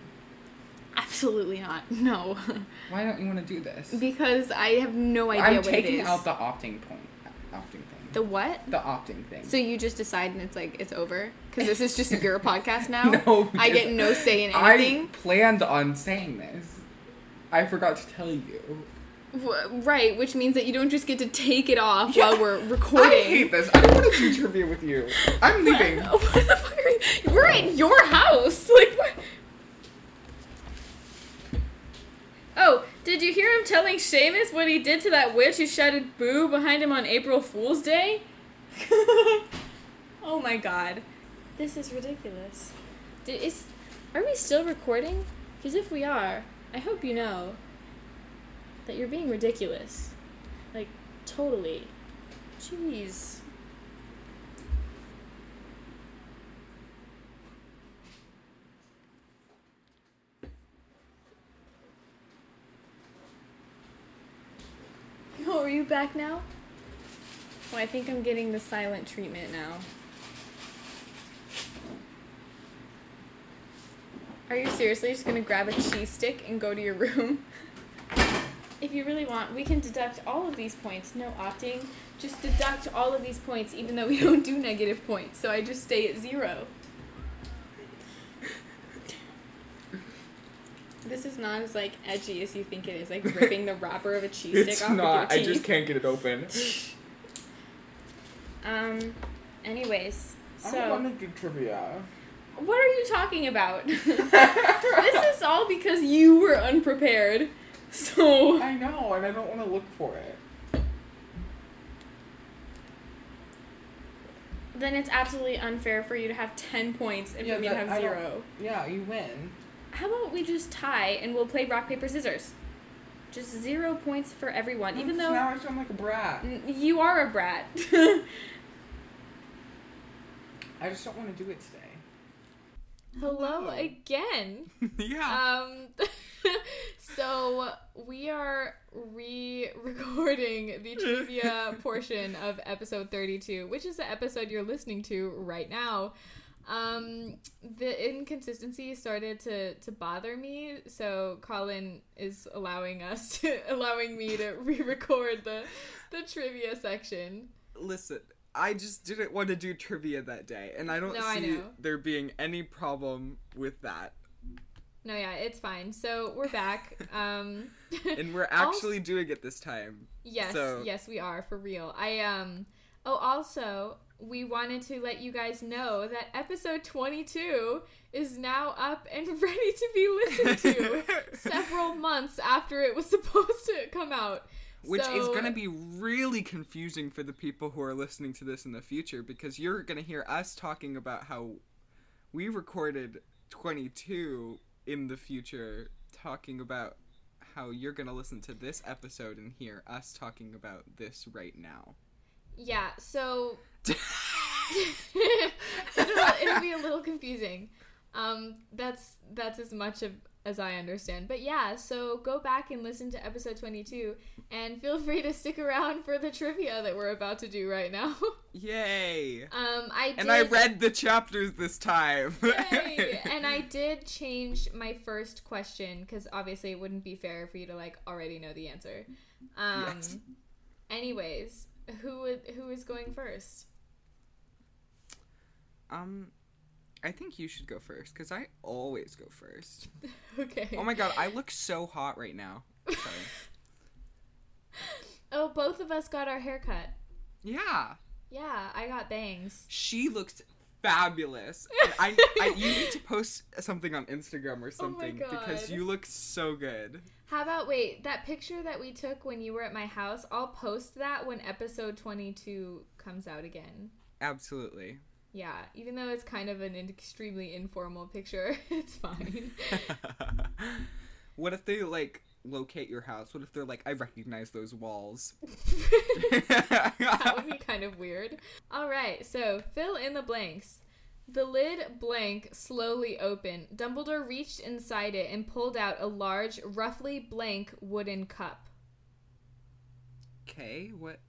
Absolutely not. No,
Why don't you want to do this?
because I have no idea
I'm
what it
taking
is.
out the opting point, opting thing.
the what?
the opting thing.
So you just decide and it's like it's over because this is just your podcast now.
No,
I get
because
no say in
I
anything.
planned on saying this. I forgot to tell you.
W- right, which means that you don't just get to take it off while we're
I
recording.
hate this. I don't want to do trivia with you. I'm leaving.
What the fuck are you? We're at your house. Like what? Oh, did you hear him telling Seamus what he did to that witch who shouted boo behind him on April Fool's Day? oh my god. This is ridiculous. D- is, are we still recording? Because if we are, I hope you know that you're being ridiculous. Like, totally. Jeez. Oh, are you back now? Well, I think I'm getting the silent treatment now. Are you seriously just gonna grab a cheese stick and go to your room? if you really want, we can deduct all of these points. No opting. Just deduct all of these points, even though we don't do negative points, so I just stay at zero. This is not as like edgy as you think it is, like ripping the wrapper of a cheese stick
It's
off
not.
with your
I
teeth.
just can't get it open.
Um. Anyways,
I don't
so
want to do trivia.
what are you talking about? this is all because you were unprepared. So
I know, and I don't want to look for it.
then it's absolutely unfair for you to have ten points and
Yeah,
for me to
that-
have
I don't-
zero.
Yeah, you win.
How about we just tie and we'll play rock paper scissors? Just zero points for everyone, even
So
though
now I sound like a brat.
n- you are a brat.
I just don't want to do it today.
Hello again.
yeah.
Um, so we are re-recording the trivia portion of episode 32, which is the episode you're listening to right now. Um, the inconsistency started to to bother me, so Colin is allowing us to allowing me to re-record the the trivia section.
Listen, I just didn't want to do trivia that day, and I don't
No, I see know.
there being any problem with that.
No, yeah, it's fine. So we're back. Um,
And we're
actually
doing it this time.
Yes,
So-
yes, we are for real. I um oh also we wanted to let you guys know that episode 22 is now up and ready to be listened to several months after it was supposed to come out.
Which is
So-
going to be really confusing for the people who are listening to this in the future because you're going to hear us talking about how we recorded 22 in the future, talking about how you're going to listen to this episode and hear us talking about this right now.
Yeah, so it'll, it'll be a little confusing. Um, that's that's as much of as I understand. But yeah, so go back and listen to episode 22 and feel free to stick around for the trivia that we're about to do right now.
Yay!
Um, I did,
And I read the chapters this time.
Yay! and I did change my first question because obviously it wouldn't be fair for you to like already know the answer. Um,
Yes.
Anyways, who would who is going first?
um I think you should go first cuz I always go first.
Okay.
Oh my god, I look so hot right now. Sorry.
Oh, both of us got our hair cut.
Yeah.
Yeah, I got bangs.
She looked fabulous. And I, I you need to post something on Instagram or something
Oh God.
because you look so good.
How about wait that picture that we took when you were at my house? I'll post that when episode twenty two comes out again.
Absolutely.
Yeah, even though it's kind of an extremely informal picture, it's fine.
what if they like locate your house? What if they're like I recognize those walls?
that would be kind of weird. All right, so fill in the blanks. The lid blank slowly opened. Dumbledore reached inside it and pulled out a large, roughly blank wooden cup.
okay, what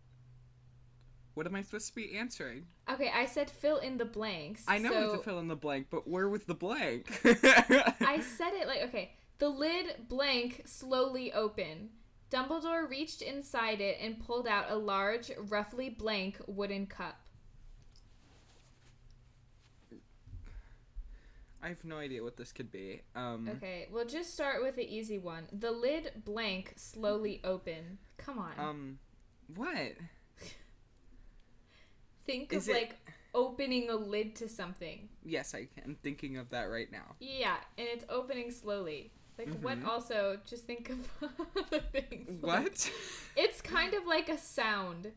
what am I supposed to be answering?
Okay, I said fill in the blanks.
I know
so
it's a fill in the blank, but where was the blank?
I said it like okay. The lid blank slowly open. Dumbledore reached inside it and pulled out a large, roughly blank wooden cup.
I have no idea what this could be. Um,
Okay, we'll just start with the easy one. The lid blank slowly open. Come on.
um, what?
Think
is
of
it-
like opening a lid to something.
Yes, I am thinking of that right now.
Yeah, and it's opening slowly. Like what
Mhm.
also just think of other things. like-
What?
It's kind of like a sound.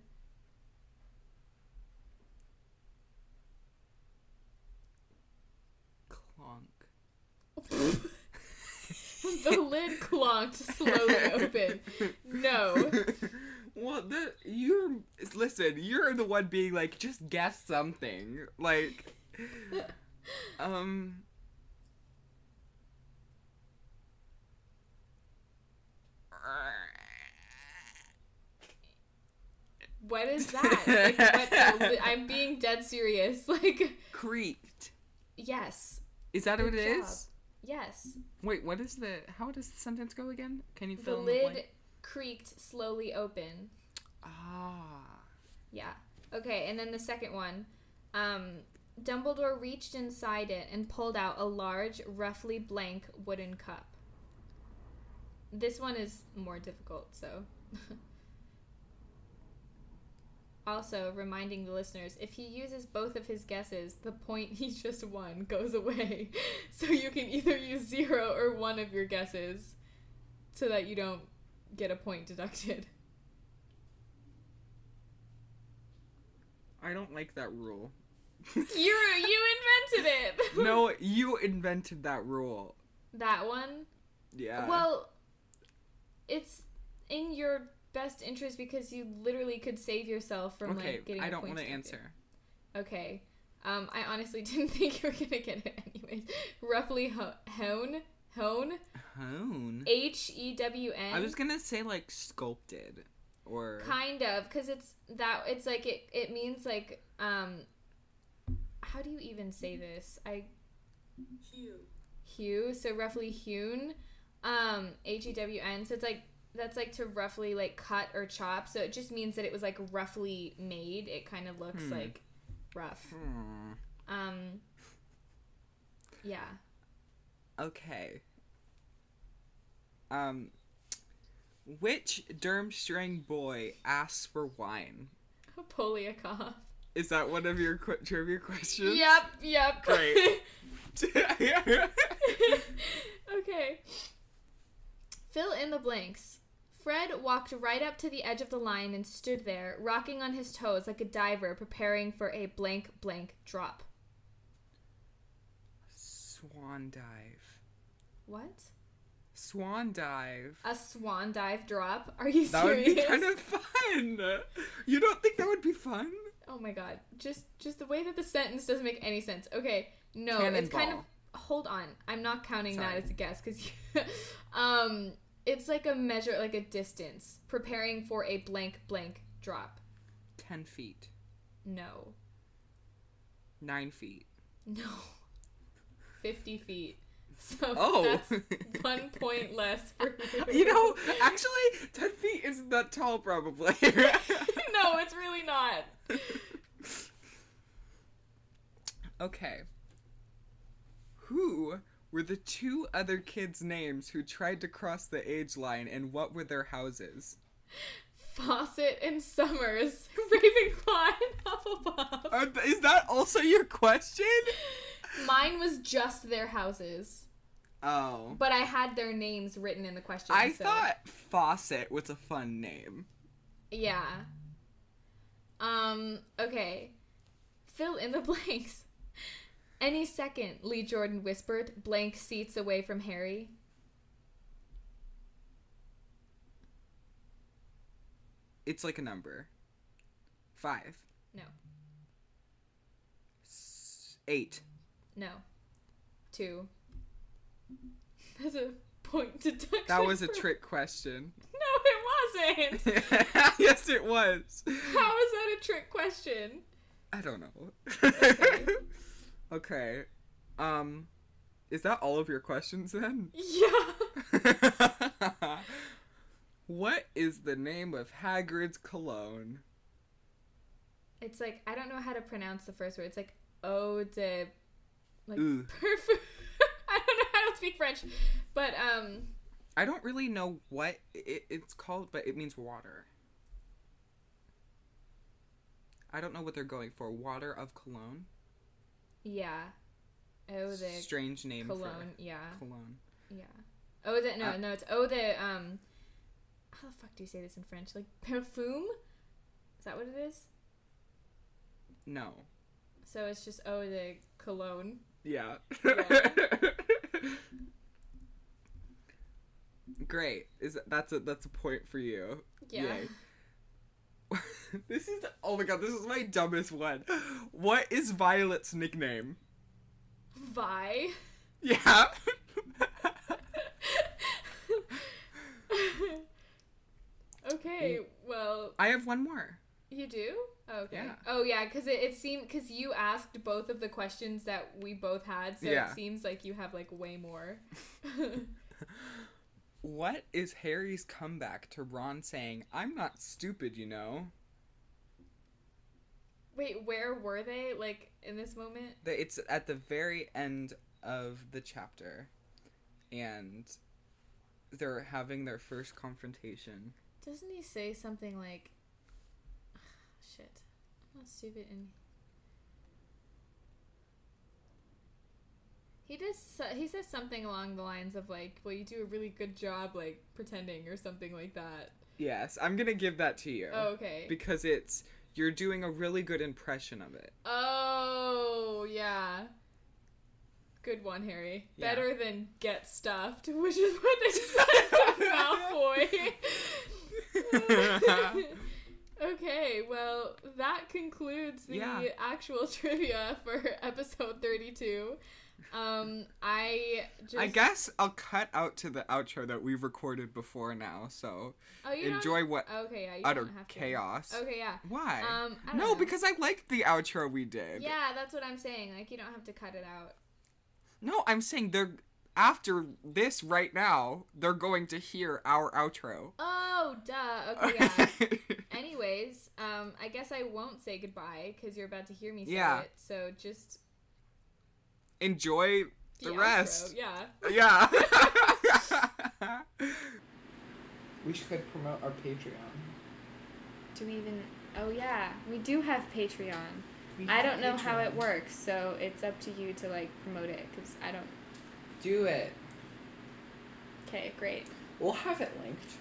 Clonk.
The lid clonked slowly open. No.
well, the you're listen. You're the one being like, just guess something. Like, um,
What is that? Like, what the li- I'm being dead serious. Like,
creaked.
yes.
Is that what
Good
it is?
job. Yes.
Wait, what is the? How does the sentence go again? Can you
The
fill in the
lid
blank?
creaked slowly open.
Ah.
Yeah. Okay, and then the second one. Um, Dumbledore reached inside it and pulled out a large, roughly blank wooden cup. This one is more difficult, so. also, reminding the listeners if he uses both of his guesses, the point he just won goes away. so you can either use zero or one of your guesses so that you don't get a point deducted.
I don't like that rule.
you you invented it!
no, you invented that rule.
That one?
Yeah.
well, it's in your best interest because you literally could save yourself from
okay.
like getting.
I
a
don't
point
want to
deducted.
answer.
Okay. Um, I honestly didn't think you were gonna get it anyways. Roughly ho- hone hone
Hone.
h e w n.
I was gonna say like sculpted, or
kind of because it's that it's like it it means like um how do you even say this i hew hew so roughly hewn um h-e-w-n so it's like that's like to roughly like cut or chop so it just means that it was like roughly made it kind of looks
Hmm.
like rough
Hmm.
um yeah
Okay. Um, which Durmstrang boy asks for wine?
poliakov
Is that one of your qu- trivia questions?
yep yep
Great.
okay. Fill in the blanks. Fred walked right up to the edge of the line and stood there, rocking on his toes like a diver preparing for a blank blank drop.
Swan dive.
What?
Swan dive.
A swan dive drop? Are you
That would
serious?
be kind of fun. You don't think that would be fun?
Oh my god. Just just the way that the sentence doesn't make any sense. Okay. No, Oh, it's kind of
Cannonball.
Hold on. I'm not counting
Sorry.
that as a guess cuz um it's like a measure like a distance preparing for a blank blank drop.
Ten feet.
No.
Nine feet.
No. 50 feet. So
Oh.
that's one point less for
You know, actually, ten feet isn't that tall, probably.
no, it's really not.
Okay. Who were the two other kids' names who tried to cross the age line and what were their houses?
Fawcett and Summers, Ravenclaw and Hufflepuff.
Are th- is that also your question?
Mine was just their houses,
Oh.
but I had their names written in the question.
I
so-
thought Fawcett was a fun name.
Yeah. Um, okay. Fill in the blanks. Any second, Lee Jordan whispered, blank seats away from Harry.
It's like a number. Five.
No.
S- eight.
No. Two. That's a point deduction.
That was a
for-
trick question.
No, it wasn't.
yes, it was.
How is that a trick question?
I don't know. okay. Um, is that all of your questions then?
Yeah.
what is the name of Hagrid's cologne?
It's like I don't know how to pronounce the first word. It's like O de like
Ooh.
perfect. I don't know. I don't speak French, but um,
I don't really know what it, it's called, but it means water. I don't know what they're going for. Water of Cologne.
yeah. Oh, the
Strange name
cologne. Yeah,
for Cologne.
yeah. Oh, the no,
Uh,
no. It's oh the um. How the fuck do you say this in French? Like perfume. Is that what it is?
No.
So it's just oh the cologne.
Yeah.
Great.
Is that's a that's a point for you.
Yeah.
Yay. this is oh my god, this is my dumbest one. What is Violet's nickname?
Vi.
Yeah.
okay. Well,
Mm. I have one more.
You do? Okay.
Yeah.
Oh yeah, because it, it seemed because you asked both of the questions that we both had, so
Yeah.
it seems like you have like way more.
What is Harry's comeback to Ron saying, "I'm not stupid, you know"?
Wait, where were they like in this moment?
That It's at the very end of the chapter, and they're having their first confrontation.
Doesn't he say something like, "Shit, I'm not stupid," and he does. so- He says something along the lines of like, "Well, you do a really good job, like pretending or something like that."
yes, I'm gonna give that to you.
Oh, okay.
Because it's you're doing a really good impression of it.
Oh, yeah. Good one, Harry.
Yeah.
Better than get stuffed, which is what they said to Malfoy. okay, well, that concludes the
Yeah.
actual trivia for episode 32. Um, I just.
I guess I'll cut out to the outro that we've recorded before now, so
Oh, you don't-
enjoy what
Okay, yeah. You
utter
don't have to.
chaos.
Okay, yeah.
Why?
Um, I don't
no,
know.
because I liked the outro we did.
Yeah, that's what I'm saying. Like, you don't have to cut it out.
No, I'm saying they're after this right now, they're going to hear our outro.
Oh, duh. Okay, yeah. Anyways, um, I guess I won't say goodbye because you're about to hear me say
Yeah.
it. So just
Enjoy the
outro.
rest.
Yeah.
Yeah.
We should promote our Patreon.
Do we even? Oh yeah, we do have Patreon. I don't know how it works, so it's up to you to like promote it because I don't.
Do it.
Okay, great.
We'll have it linked.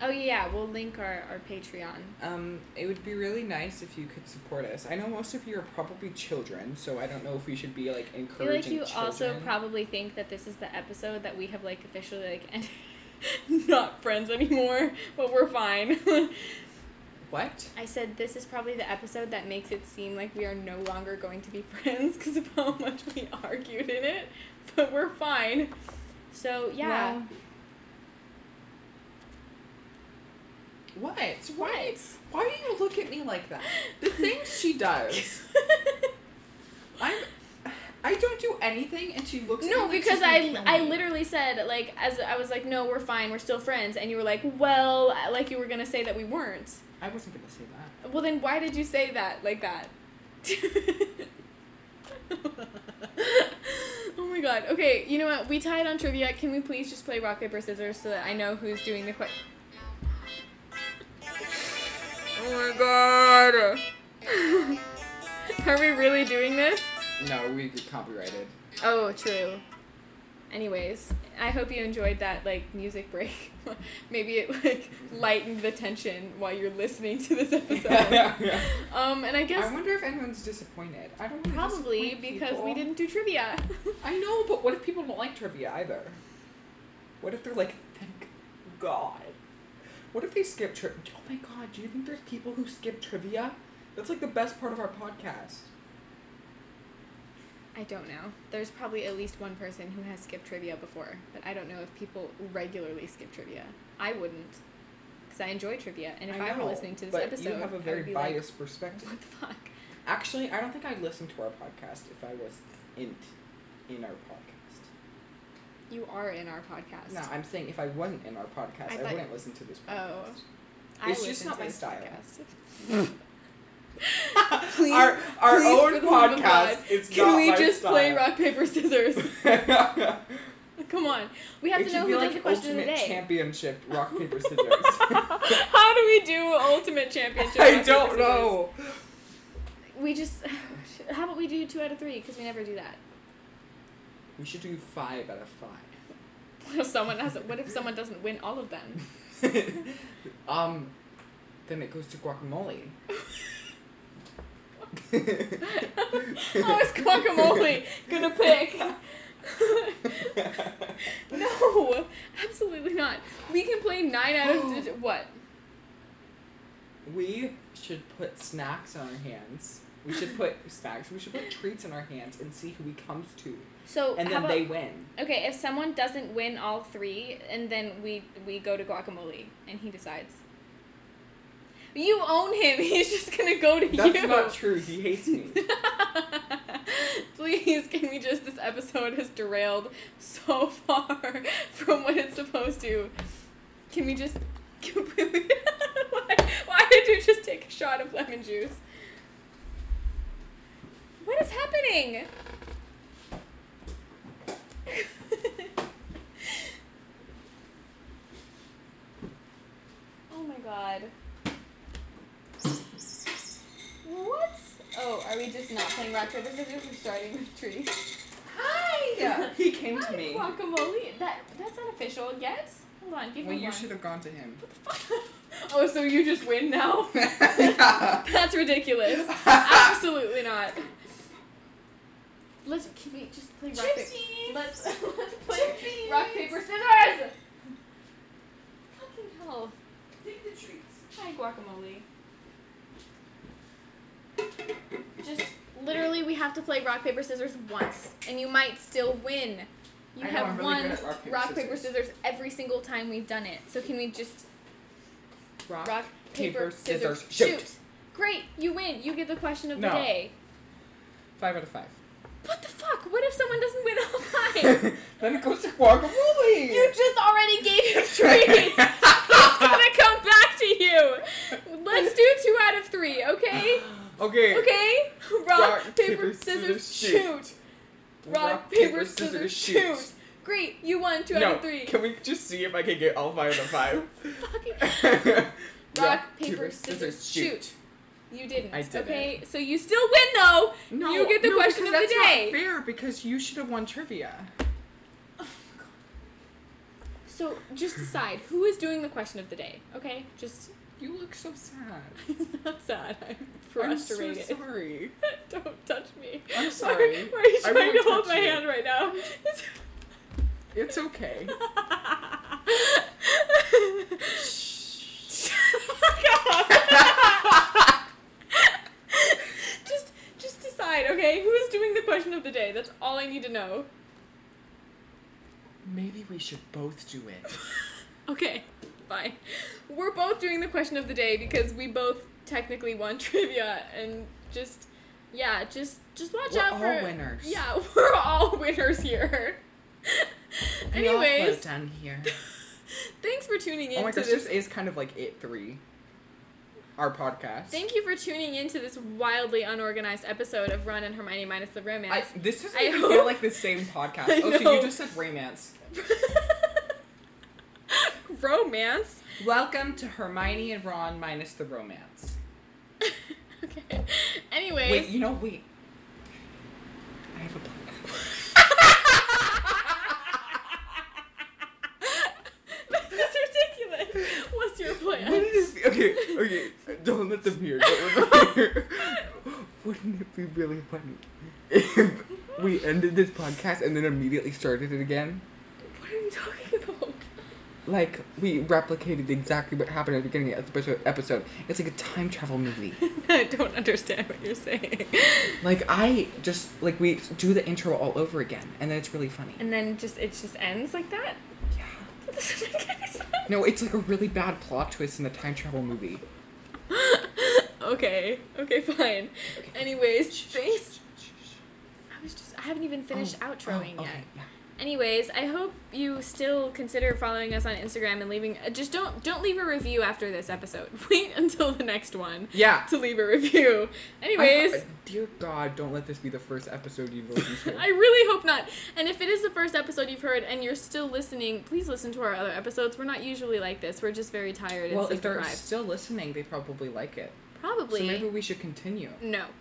Oh yeah, we'll link our, our Patreon.
Um, it would be really nice if you could support us. I know most of you are probably children, so I don't know if we should be like
I feel
encouraging
like you
children.
also probably think that this is the episode that we have like officially like end- not friends anymore, but we're fine.
what?
I said this is probably the episode that makes it seem like we are no longer going to be friends because of how much we argued in it, but we're fine. So yeah.
Well, What? Why? Why do you look at me like that? The things she does. I'm. I don't do anything, and she looks.
No,
at me like
because
she's gonna
I
kill
I
me.
literally said like as I was like no we're fine we're still friends and you were like well like you were gonna say that we weren't
I wasn't gonna say that.
well then why did you say that like that oh my god okay you know what we tied on trivia can we please just play rock paper scissors so that I know who's doing the question oh my god are we really doing this
No, we get copyrighted.
Oh, true. Anyways, I hope you enjoyed that like music break. Maybe it like lightened the tension while you're listening to this episode. um, and I guess
I wonder if anyone's disappointed. I don't wanna
probably
disappoint
because we
people.
didn't do trivia.
I know, but what if people don't like trivia either? What if they're like, thank God? What if they skip trivia? Oh my God, do you think there's people who skip trivia? That's like the best part of our podcast.
I don't know. There's probably at least one person who has skipped trivia before, but I don't know if people regularly skip trivia. I wouldn't, because I enjoy trivia, and if I, were
know,
listening to this
but
episode,
you have
I
a
would
very
be
biased
Like,
perspective.
what the fuck?
Actually, I don't think I'd listen to our podcast if I was in in our podcast.
You are in our podcast.
No, I'm saying if I wasn't in our podcast,
I
I,
thought-
wouldn't listen to this podcast.
Oh. I
It's just
listen
not
to
my
this
style.
podcast. please,
our our
please,
own
for the love of God,
podcast is
Can
not
we
my
just
style.
play rock paper scissors? Come on, we have
it
to know
should be
who
like
does the question of the
ultimate
day.
championship rock paper scissors.
How do we do ultimate championship? rock,
I
paper,
don't
scissors?
know.
We just. How about we do two out of three? Because we never do that.
We should do five out of five.
What if someone hasn't? What if someone doesn't win all of them?
um, then it goes to guacamole.
How is guacamole gonna pick? no, absolutely not. We can play nine out of what?
We should put snacks on our hands. We should put snacks. We should put treats on our hands and see who he comes to,
So
and
how
then
about,
they win.
Okay, if someone doesn't win all three, and then we we go to guacamole, and he decides.
You own him. He's just gonna go to
That's
you.
not true. He hates me.
Please, can we just? This episode has derailed so far from what it's supposed to. Can we just? Can we, why, why did you just take a shot of lemon juice? What is happening?
Oh my god. What?
Oh, are we just not playing rock paper scissors? We're starting with trees.
yeah, he came to me.
Guacamole? That that's not official yet. Hold on, give
Well,
me
you
one.
should have gone to him.
oh, so you just win now?
yeah.
That's ridiculous. Absolutely not. Let's can we just play rock paper? Let's let's play rock paper scissors. Fucking hell!
Take the treats.
Hi, guacamole.
Just literally, we have to play rock paper scissors once, and you might still win. You
I know, I'm
have
really
won
good at rock, paper,
rock paper
scissors.
scissors every single time we've done it. So can we just
Rock,
rock paper,
paper,
scissors,
scissors,
shoot.
shoot.
Great, you win. You get the question of
No.
the day.
Five out of five.
What the fuck? What if someone doesn't win all five?
then it goes to guacamole.
you just already gave him treats. He's gonna come back to you. Let's do two out of three, okay?
okay.
Okay? Rock, paper, scissors, shoot. Rock, paper, scissors, shoot. Great, you won two out
No,
of three.
can we just see if I can get all five out of five?
Fucking
Rock,
paper, scissors, shoot. You didn't.
I didn't.
Okay, so you still win though.
No,
you get the
no,
question of
because
the
that's not
day.
fair because you should have won trivia.
So just decide who is doing the question of the day. Okay, just
You look so sad.
not sad. I'm
I'm
frustrated.
so sorry.
Don't touch me.
I'm sorry.
Why, why are you
I
trying to
won't
hold
touch
my
you.
hand right now?
It's okay.
Fuck off.
Just just decide, okay? Who is doing the question of the day? That's all I need to know.
Maybe we should both do it.
Okay, fine. We're both doing the question of the day because we both technically won trivia and just yeah, just just watch
We're
out
all
for
winners.
Yeah, we're all winners here.
We all
Anyways,
float down here.
thanks for tuning in
Oh my
to
gosh,
this
this is kind of like it three. Our podcast.
Thank you for tuning in to this wildly unorganized episode of Ron and Hermione minus the
I,
romance.
this doesn't
I
even
hope-
feel like the same podcast.
I
Oh, so
know.
you just said romance.
romance.
Welcome to Hermione and Ron minus the romance.
okay. Anyways.
Wait, you know, wait. I have a plan.
this is ridiculous. What's your
What
plan?
is okay, okay. Don't let them hear. Don't let them hear. Wouldn't it be really funny if we ended this podcast and then immediately started it again?
What are you talking about?
Like we replicated exactly what happened at the beginning of the episode. episode. It's like a time travel movie.
I don't understand what you're saying.
Like I just like we do the intro all over again, and then it's really funny.
And then just it just ends like that?
Yeah.
That doesn't make any sense.
No, it's like a really bad plot twist in the time travel movie.
okay. Okay, fine. Anyways, thanks. I was just I haven't even finished outroing
Oh, okay,
yet.
yeah.
Anyways, I hope you still consider following us on Instagram and leaving. uh, Just don't don't leave a review after this episode. Wait until the next one
Yeah.
to leave a review. Anyways,
I- dear God, don't let this be the first episode you've listened
I
to.
really hope not. And if it is the first episode you've heard and you're still listening, please listen to our other episodes. We're not usually like this. We're just very tired and
well,
sleep
if they're
deprived.
still listening, they probably like it.
Probably.
So maybe we should continue.
No.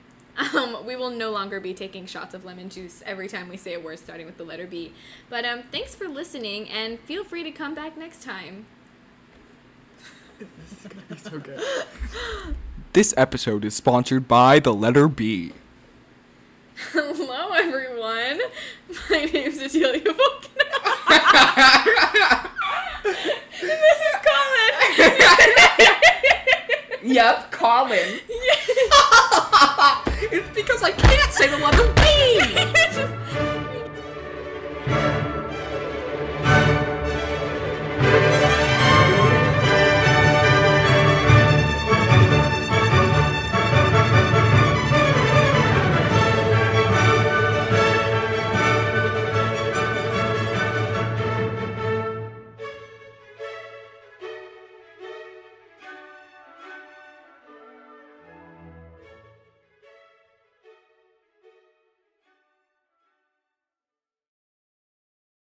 Um, we will no longer be taking shots of lemon juice every time we say a word starting with the letter B. But um, thanks for listening, and feel free to come back next time.
This episode is sponsored by the letter B.
Hello, everyone. My name's Adelia Volcano. and this is Colin.
yep, Colin. it's because I can't say the letter